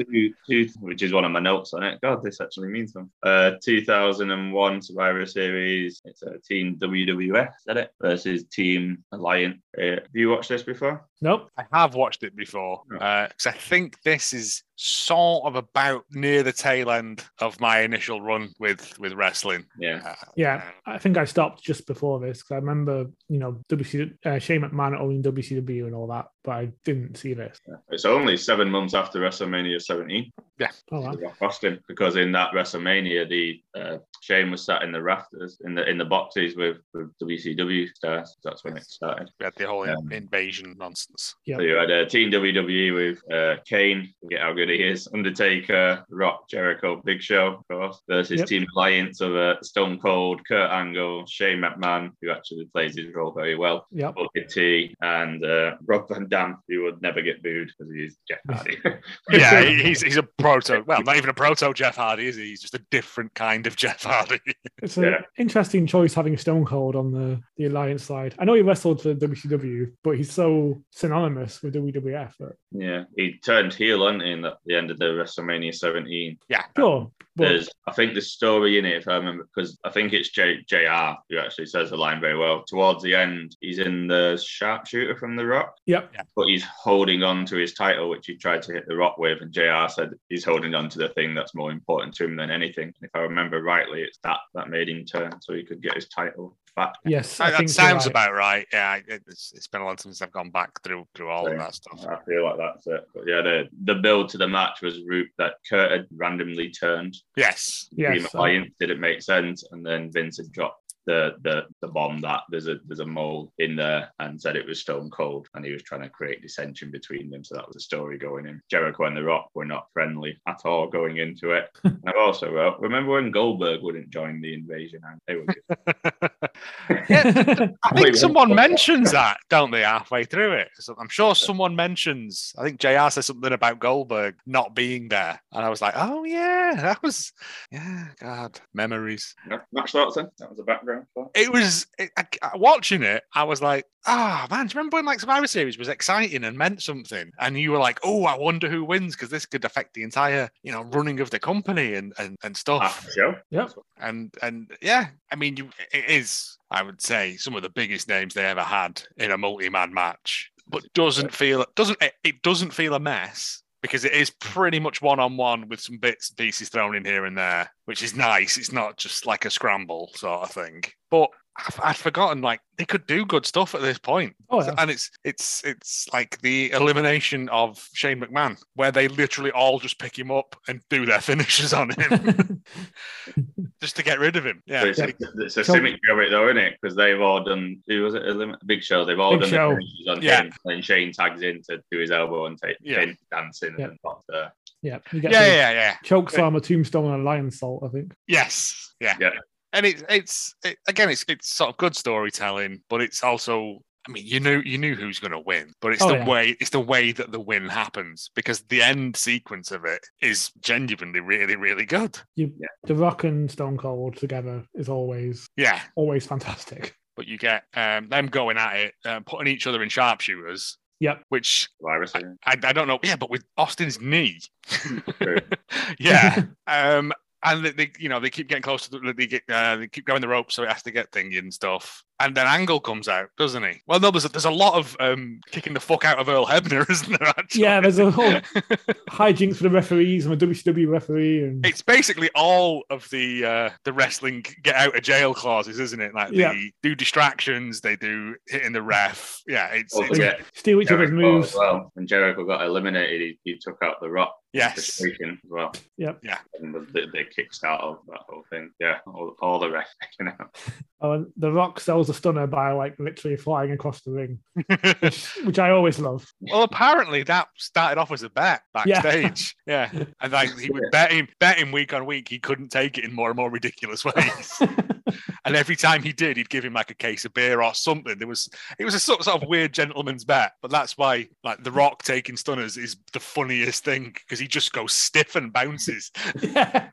Two- two- which is one of my notes on it. God, this actually means something. Uh, 2001 Survivor Series. It's a team WWF, is that it? Versus Team Alliance. Uh, have you watched this before? nope. I have watched it before Yeah. because I think this is sort of about near the tail end of my initial run with with wrestling. Yeah. Uh, Yeah, I think I stopped just before this because I remember, you know, WC, uh, Shane McMahon owning WCW and all that, but I didn't see this. It's only seven months after WrestleMania 17. Oh, wow. the Rock Austin because in that WrestleMania, the uh, Shane was sat in the rafters in the in the boxes with, with WCW stars. That's when it started. we had the whole Um, invasion nonsense. Yeah. So you had uh, Team WWE with uh, Kane, forget how good he is, Undertaker, Rock, Jericho, Big Show, of course, versus Yep. Team Alliance of uh, Stone Cold, Kurt Angle, Shane McMahon, who actually plays his role very well. Yep. Booker T and uh, Rob Van Dam, who would never get booed because he's Jeff Hardy. [LAUGHS] [LAUGHS] [LAUGHS] yeah, he- he's he's a proto. Well, not even a proto Jeff Hardy, is he? He's just a different kind of Jeff Hardy. It's an Yeah. interesting choice having Stone Cold on the, the Alliance side. I know he wrestled for WCW, but he's so synonymous with WWF. But, yeah, he turned heel, on in at the end of the WrestleMania 17. yeah, sure. But there's, I think the story in it, if I remember, because I think it's J, JR who actually says the line very well. Towards the end, he's in the sharpshooter from The Rock, yep. but he's holding on to his title, which he tried to hit The Rock with. And JR said he's holding on to the thing that's more important to him than anything. If I remember rightly, it's that that made him turn so he could get his title back. Yes. I that, think that you're sounds right. about right. Yeah, I- it's, it's been a long time since I've gone back through through all Yeah. of that stuff. I feel like that's it. But yeah, the, the build to the match was Roop that Kurt had randomly turned. Yes, Team [LAUGHS] Yes. uh, Alliance didn't make sense, and then Vince had dropped the the the bomb that there's a there's a mole in there and said it was Stone Cold, and he was trying to create dissension between them. So that was the story going in. Jericho and The Rock were not friendly at all going into it. uh, and I also wrote, remember when Goldberg wouldn't join the invasion? And they were good. I Wait, think what? someone mentions that, don't they, halfway through it? So I'm sure someone mentions. I think JR says something about Goldberg not being there, and I was like, "Oh yeah, that was yeah, God, memories." No, match starts then. That was the background. for It was it, I, I- watching it. I was like, "Ah man, do you remember when like Survivor Series was exciting and meant something?" And you were like, "Oh, I wonder who wins because this could affect the entire you know running of the company and and and Half stuff." the show. Yep. and and yeah, I mean, you, it is. I would say some of the biggest names they ever had in a multi-man match, but doesn't feel doesn't it, it doesn't feel a mess because it is pretty much one-on-one with some bits and pieces thrown in here and there, which is nice. It's not just like a scramble sort of thing. But I've, I'd forgotten like they could do good stuff at this point. Oh, So- yeah. and it's it's it's like the elimination of Shane McMahon, where they literally all just pick him up and do their [LAUGHS] finishes on [LAUGHS] him just to get rid of him. Yeah, So it's, like, a, it's a So- symmetry of it, though, isn't it? Because they've all done. Who was it? Elim- Big Show. They've all Big done Show. the finishes on Yeah. him. And Shane tags in to do his elbow and take Yeah. Shane dancing Yeah. and pop there. [LAUGHS] yeah, yeah, you get yeah, the yeah, yeah. Choke slam, a tombstone, and a lion salt. I think. Yes, yeah, Yeah. And it's it's it, again, it's it's sort of good storytelling, but it's also. I mean, you knew you knew who's going to win, but it's Oh, the yeah. way it's the way that the win happens because the end sequence of it is genuinely really really good. The Rock and Stone Cold together is always Yeah, always fantastic. [LAUGHS] but you get um, them going at it, um, putting each other in sharpshooters, Yep. which Survivor [LAUGHS] Series. I, I don't know. Yeah, but with Austin's knee, True. [LAUGHS] yeah. Um, and they, they, you know, they keep getting close to the, they get, uh, they keep going the rope, so it has to get thingy and stuff. And then Angle comes out, doesn't he? Well, no, there's a, there's a lot of um, kicking the fuck out of Earl Hebner, [LAUGHS] isn't there? Actually? yeah, there's a whole hijinks for the referees and the WCW referee, and It's basically all of the uh, the wrestling get out of jail clauses, isn't it? Like Yeah. they do distractions, they do hitting the ref. Yeah, it's, Well, it's yeah. steal each other's Jericho moves. as well. When Jericho got eliminated, he, he took out the Rock. yes. As well. Yep. Yeah. And the, the, the kickstart of that whole thing. Yeah. All, all the rest. [LAUGHS] You know. Oh, and The Rock sells a stunner by like literally flying across the ring, [LAUGHS] which I always love. [LAUGHS] Well, apparently that started off as a bet Yeah. backstage. Yeah. And like he would bet him, bet him week on week, he couldn't take it in more and more ridiculous [LAUGHS] ways. and every time he did, he'd give him like a case of beer or something. There was it was a sort, sort of weird gentleman's bet, but that's why like The Rock taking stunners is the funniest thing because he just goes stiff and bounces. yeah.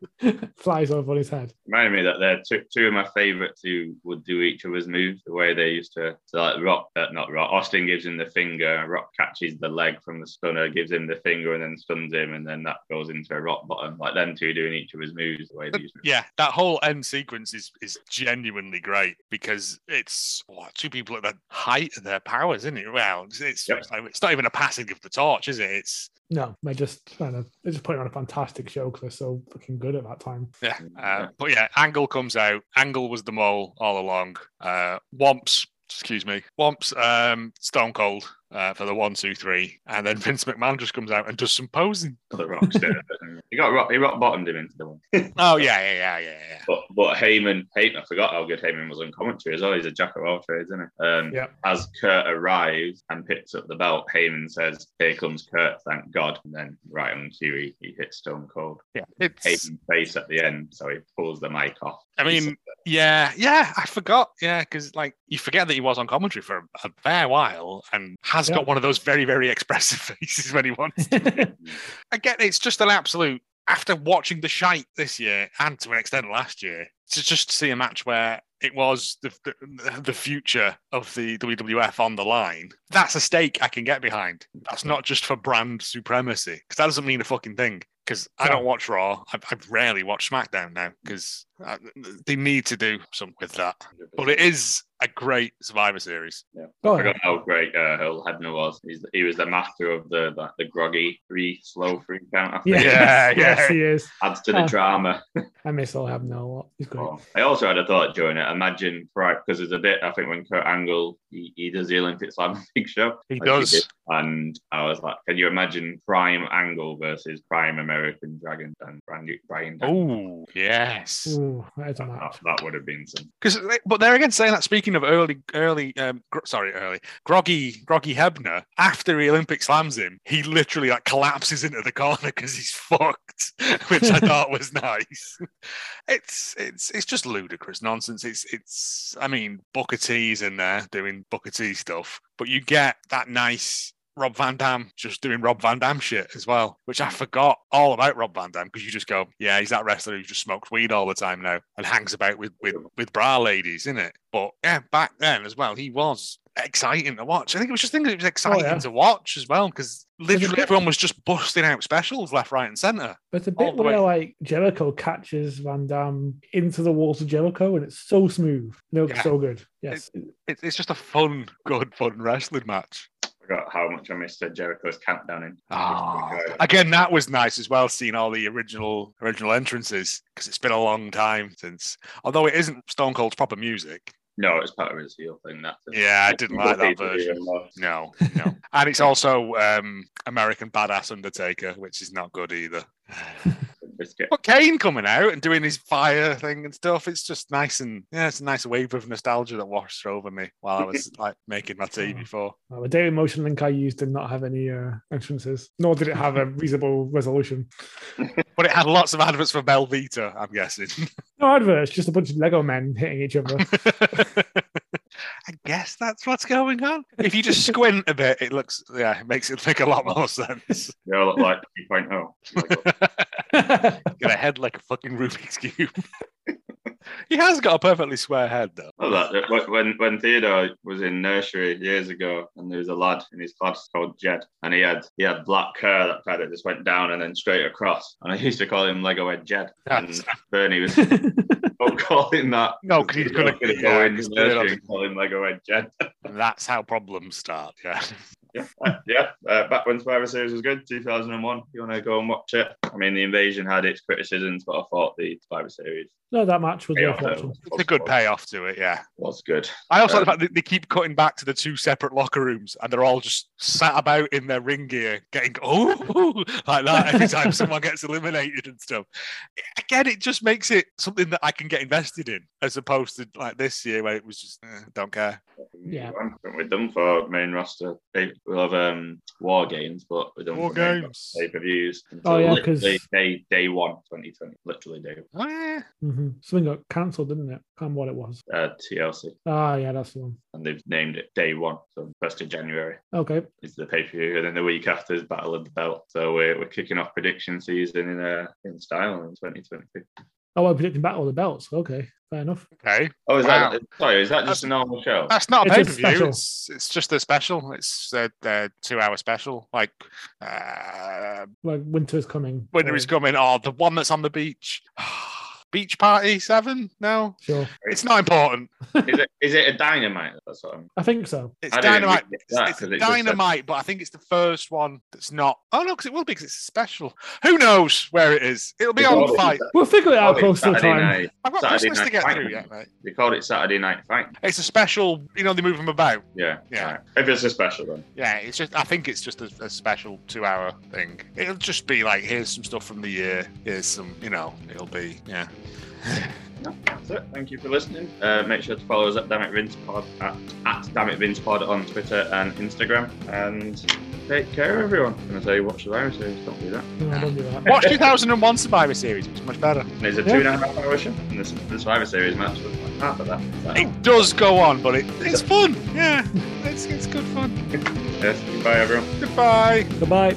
Flies over on his head. reminded me that they're two, two of my favorites who would do each other's moves the way they used to. So like Rock, uh, not Rock. Austin gives him the finger. Rock catches the leg from the stunner, gives him the finger, and then stuns him, and then that goes into a rock bottom. Like them two doing each other's moves the way they used to. Yeah, that whole end sequence is is genuinely great because it's what, two people at the height of their powers, isn't it? Well, it's it's, Yep. it's like- it's not even a passing of the torch, is it? It's No, they're just trying to, they're just putting on a fantastic show because they're so fucking good at that time. yeah. Yeah. Uh, but yeah, Angle comes out. Angle was the mole all along. Uh, Womps, excuse me, Womps, um, Stone Cold. Uh, for the one, two, three, and then [LAUGHS] Vince McMahon just comes out and does some posing. The Rock's there. he got rock, he rock bottomed him into the one. Oh yeah, yeah, yeah, yeah, yeah. But but Heyman, Heyman, I forgot how good Heyman was on commentary as well. He's a jack of all trades, isn't he? Um, Yep. As Kurt arrives and picks up the belt, Heyman says, "Here comes Kurt, thank God." And then right on cue, he, he hits Stone Cold. Yeah, it's. Hayden face at the end, so he pulls the mic off. I mean, Yeah, yeah, I forgot. Yeah, because like you forget that he was on commentary for a, a fair while and has Yeah. got one of those very, very expressive [LAUGHS] faces when he wants. Again, it's just an absolute. After watching the shite this year and to an extent last year, to just see a match where it was the the, the future of the WWF on the line, that's a stake I can get behind. That's not just for brand supremacy because that doesn't mean a fucking thing. Because I don't watch Raw, I, I rarely watch SmackDown now because they need to do something with that. But it is a great Survivor Series. Oh, I forgot how great uh, Earl Hebner was. He's, he was the master of the the, the groggy three, slow three count. I think. Yeah. Yeah, yes, he is. [LAUGHS] Adds to the Uh, drama. I miss all have no lot. He's great. Oh. I also had a thought during it. Imagine, right, because there's a bit, I think, when Kurt Angle, he, he does the Olympic slam [LAUGHS] big show. He Like does. did. And I was like, can you imagine Prime Angle versus Prime American Dragon and Brandy, Brian? Danielson? Oh yes. Ooh, that is a That, match. Oh. that would have been some. Because, but they're again saying that speaking speaking of early, early, um, gr- sorry, early, groggy, groggy Hebner. After he Olympic slams him, he literally like collapses into the corner because he's [LAUGHS] fucked, which I thought was nice. It's it's it's just ludicrous nonsense. It's it's I mean Booker T's in there doing Booker T stuff, but you get that nice Rob Van Dam just doing Rob Van Dam shit as well, which I forgot all about Rob Van Dam because you just go, yeah, he's that wrestler who just smokes weed all the time now and hangs about with with with bra ladies, isn't it? But yeah, back then as well, he was exciting to watch. I think it was just thing that it was exciting Oh, yeah. to watch as well because literally bit- everyone was just busting out specials left, right, and center. There's a All bit the where like Jericho catches Van Damme into the walls of Jericho, and it's so smooth. No, Yeah. so good. Yes, It, it's just a fun, good, fun wrestling match. forgot how much I missed uh, Jericho's countdown in. Ah, again, that was nice as well, seeing all the original original entrances because it's been a long time since. Although it isn't Stone Cold's proper music. No, it's part of his heel thing. That Yeah, I didn't like that version. No, no, [LAUGHS] and it's also um, American Badass Undertaker, which is not good either. Biscuit. But Kane coming out and doing his fire thing and stuff, it's just nice and yeah, it's a nice wave of nostalgia that washed over me while I [LAUGHS] was like making my tea before. Uh, the Daily Motion link I used did not have any uh, entrances, nor did it have a reasonable resolution. But it had lots of adverts for Belvita, I'm guessing. No adverts, just a bunch of Lego men hitting [LAUGHS] each other. [LAUGHS] I guess that's what's going on. If you just squint a bit, it looks yeah, it makes it make a lot more sense. [LAUGHS] They all look like [LAUGHS] 2.0. Like, Got a head like a fucking Rubik's cube. he has got a perfectly square head though. oh, that- that- when when Theodore was in nursery years ago, and there was a lad in his class called Jed, and he had he had black hair that kind of just went down and then straight across, and I used to call him Lego Head Jed, and That's- Bernie was don't [LAUGHS] call him that. No, Oh, 'cause he's gonna- go yeah, in he's the gonna- nursery and call him Lego Head Jed. That's how problems start. Yeah. yeah, uh, yeah. Uh, back when Survivor Series was good, 2001. You want to go and watch it? I mean, the invasion had its criticisms, but I thought the Survivor Series no, that match was worth payoff, uh, watching. It's a good payoff to it, yeah. was good. I also like the Um, fact that they keep cutting back to the two separate locker rooms and they're all just sat about in their ring gear getting [LAUGHS] oh like that every time someone gets eliminated and stuff. Again, it just makes it something that I can get invested in as opposed to like this year where it was just eh, don't care. Yeah. We're done for main roster. They- We'll have um, war games, but we're done War for main games. pay per views. Oh, yeah, 'cause- literally day day one, 2020. Literally day one. Oh, yeah. hmm Something got cancelled, didn't it? Can't remember what it was. Uh, TLC, Ah, yeah, that's the one. and they've named it day one, so first of January. Okay, is the pay per view, and then the week after is Battle of the Belt. So we're, we're kicking off prediction season in uh, in style in 2022. oh, I'm predicting Battle of the Belts. Okay, fair enough. Okay. Oh, is Wow. that sorry? Is that just a normal [LAUGHS] show? That's not a It's pay per a view. special. It's, it's just a special. It's a, a two hour special. Like uh, Like winter is coming. Winter is Coming or the one that's on the beach. [SIGHS] beach Party 7? No. Sure, It's not important. Is it is it a dynamite? That's what I'm. I think so. It's I didn't even dynamite. get It's, that, it's 'cause it just said- dynamite, but I think it's the first one that's not. Oh no, because it will be because it's special. Who knows where it is? It'll be They on called it fight. We'll figure it out Saturday close to the time. Night. I've got Saturday Christmas to Night get Fight. through yet, mate. They called it Saturday Night Fight. It's a special. You know they move them about. Yeah, Yeah. Right. If it's a special then. Yeah, it's just. I think it's just a, a special two-hour thing. It'll just be like, here's some stuff from the year. Here's some. You know, it'll be. Yeah. No, that's it. Thank you for listening. Uh, make sure to follow us at Damn It Vince Pod at, at Damn It Vince Pod on Twitter and Instagram. And take care, everyone. And I say, watch the virus series. Don't do that. No, I don't do [LAUGHS] that. Watch 2001 Survivor Series. It's much better. And it's a Yeah. two and a half hour show. And this the Survivor Series match was like half of that. So, It does go on, but it, it's fun. Yeah, it's it's good fun. yes, goodbye, everyone. Goodbye. Goodbye.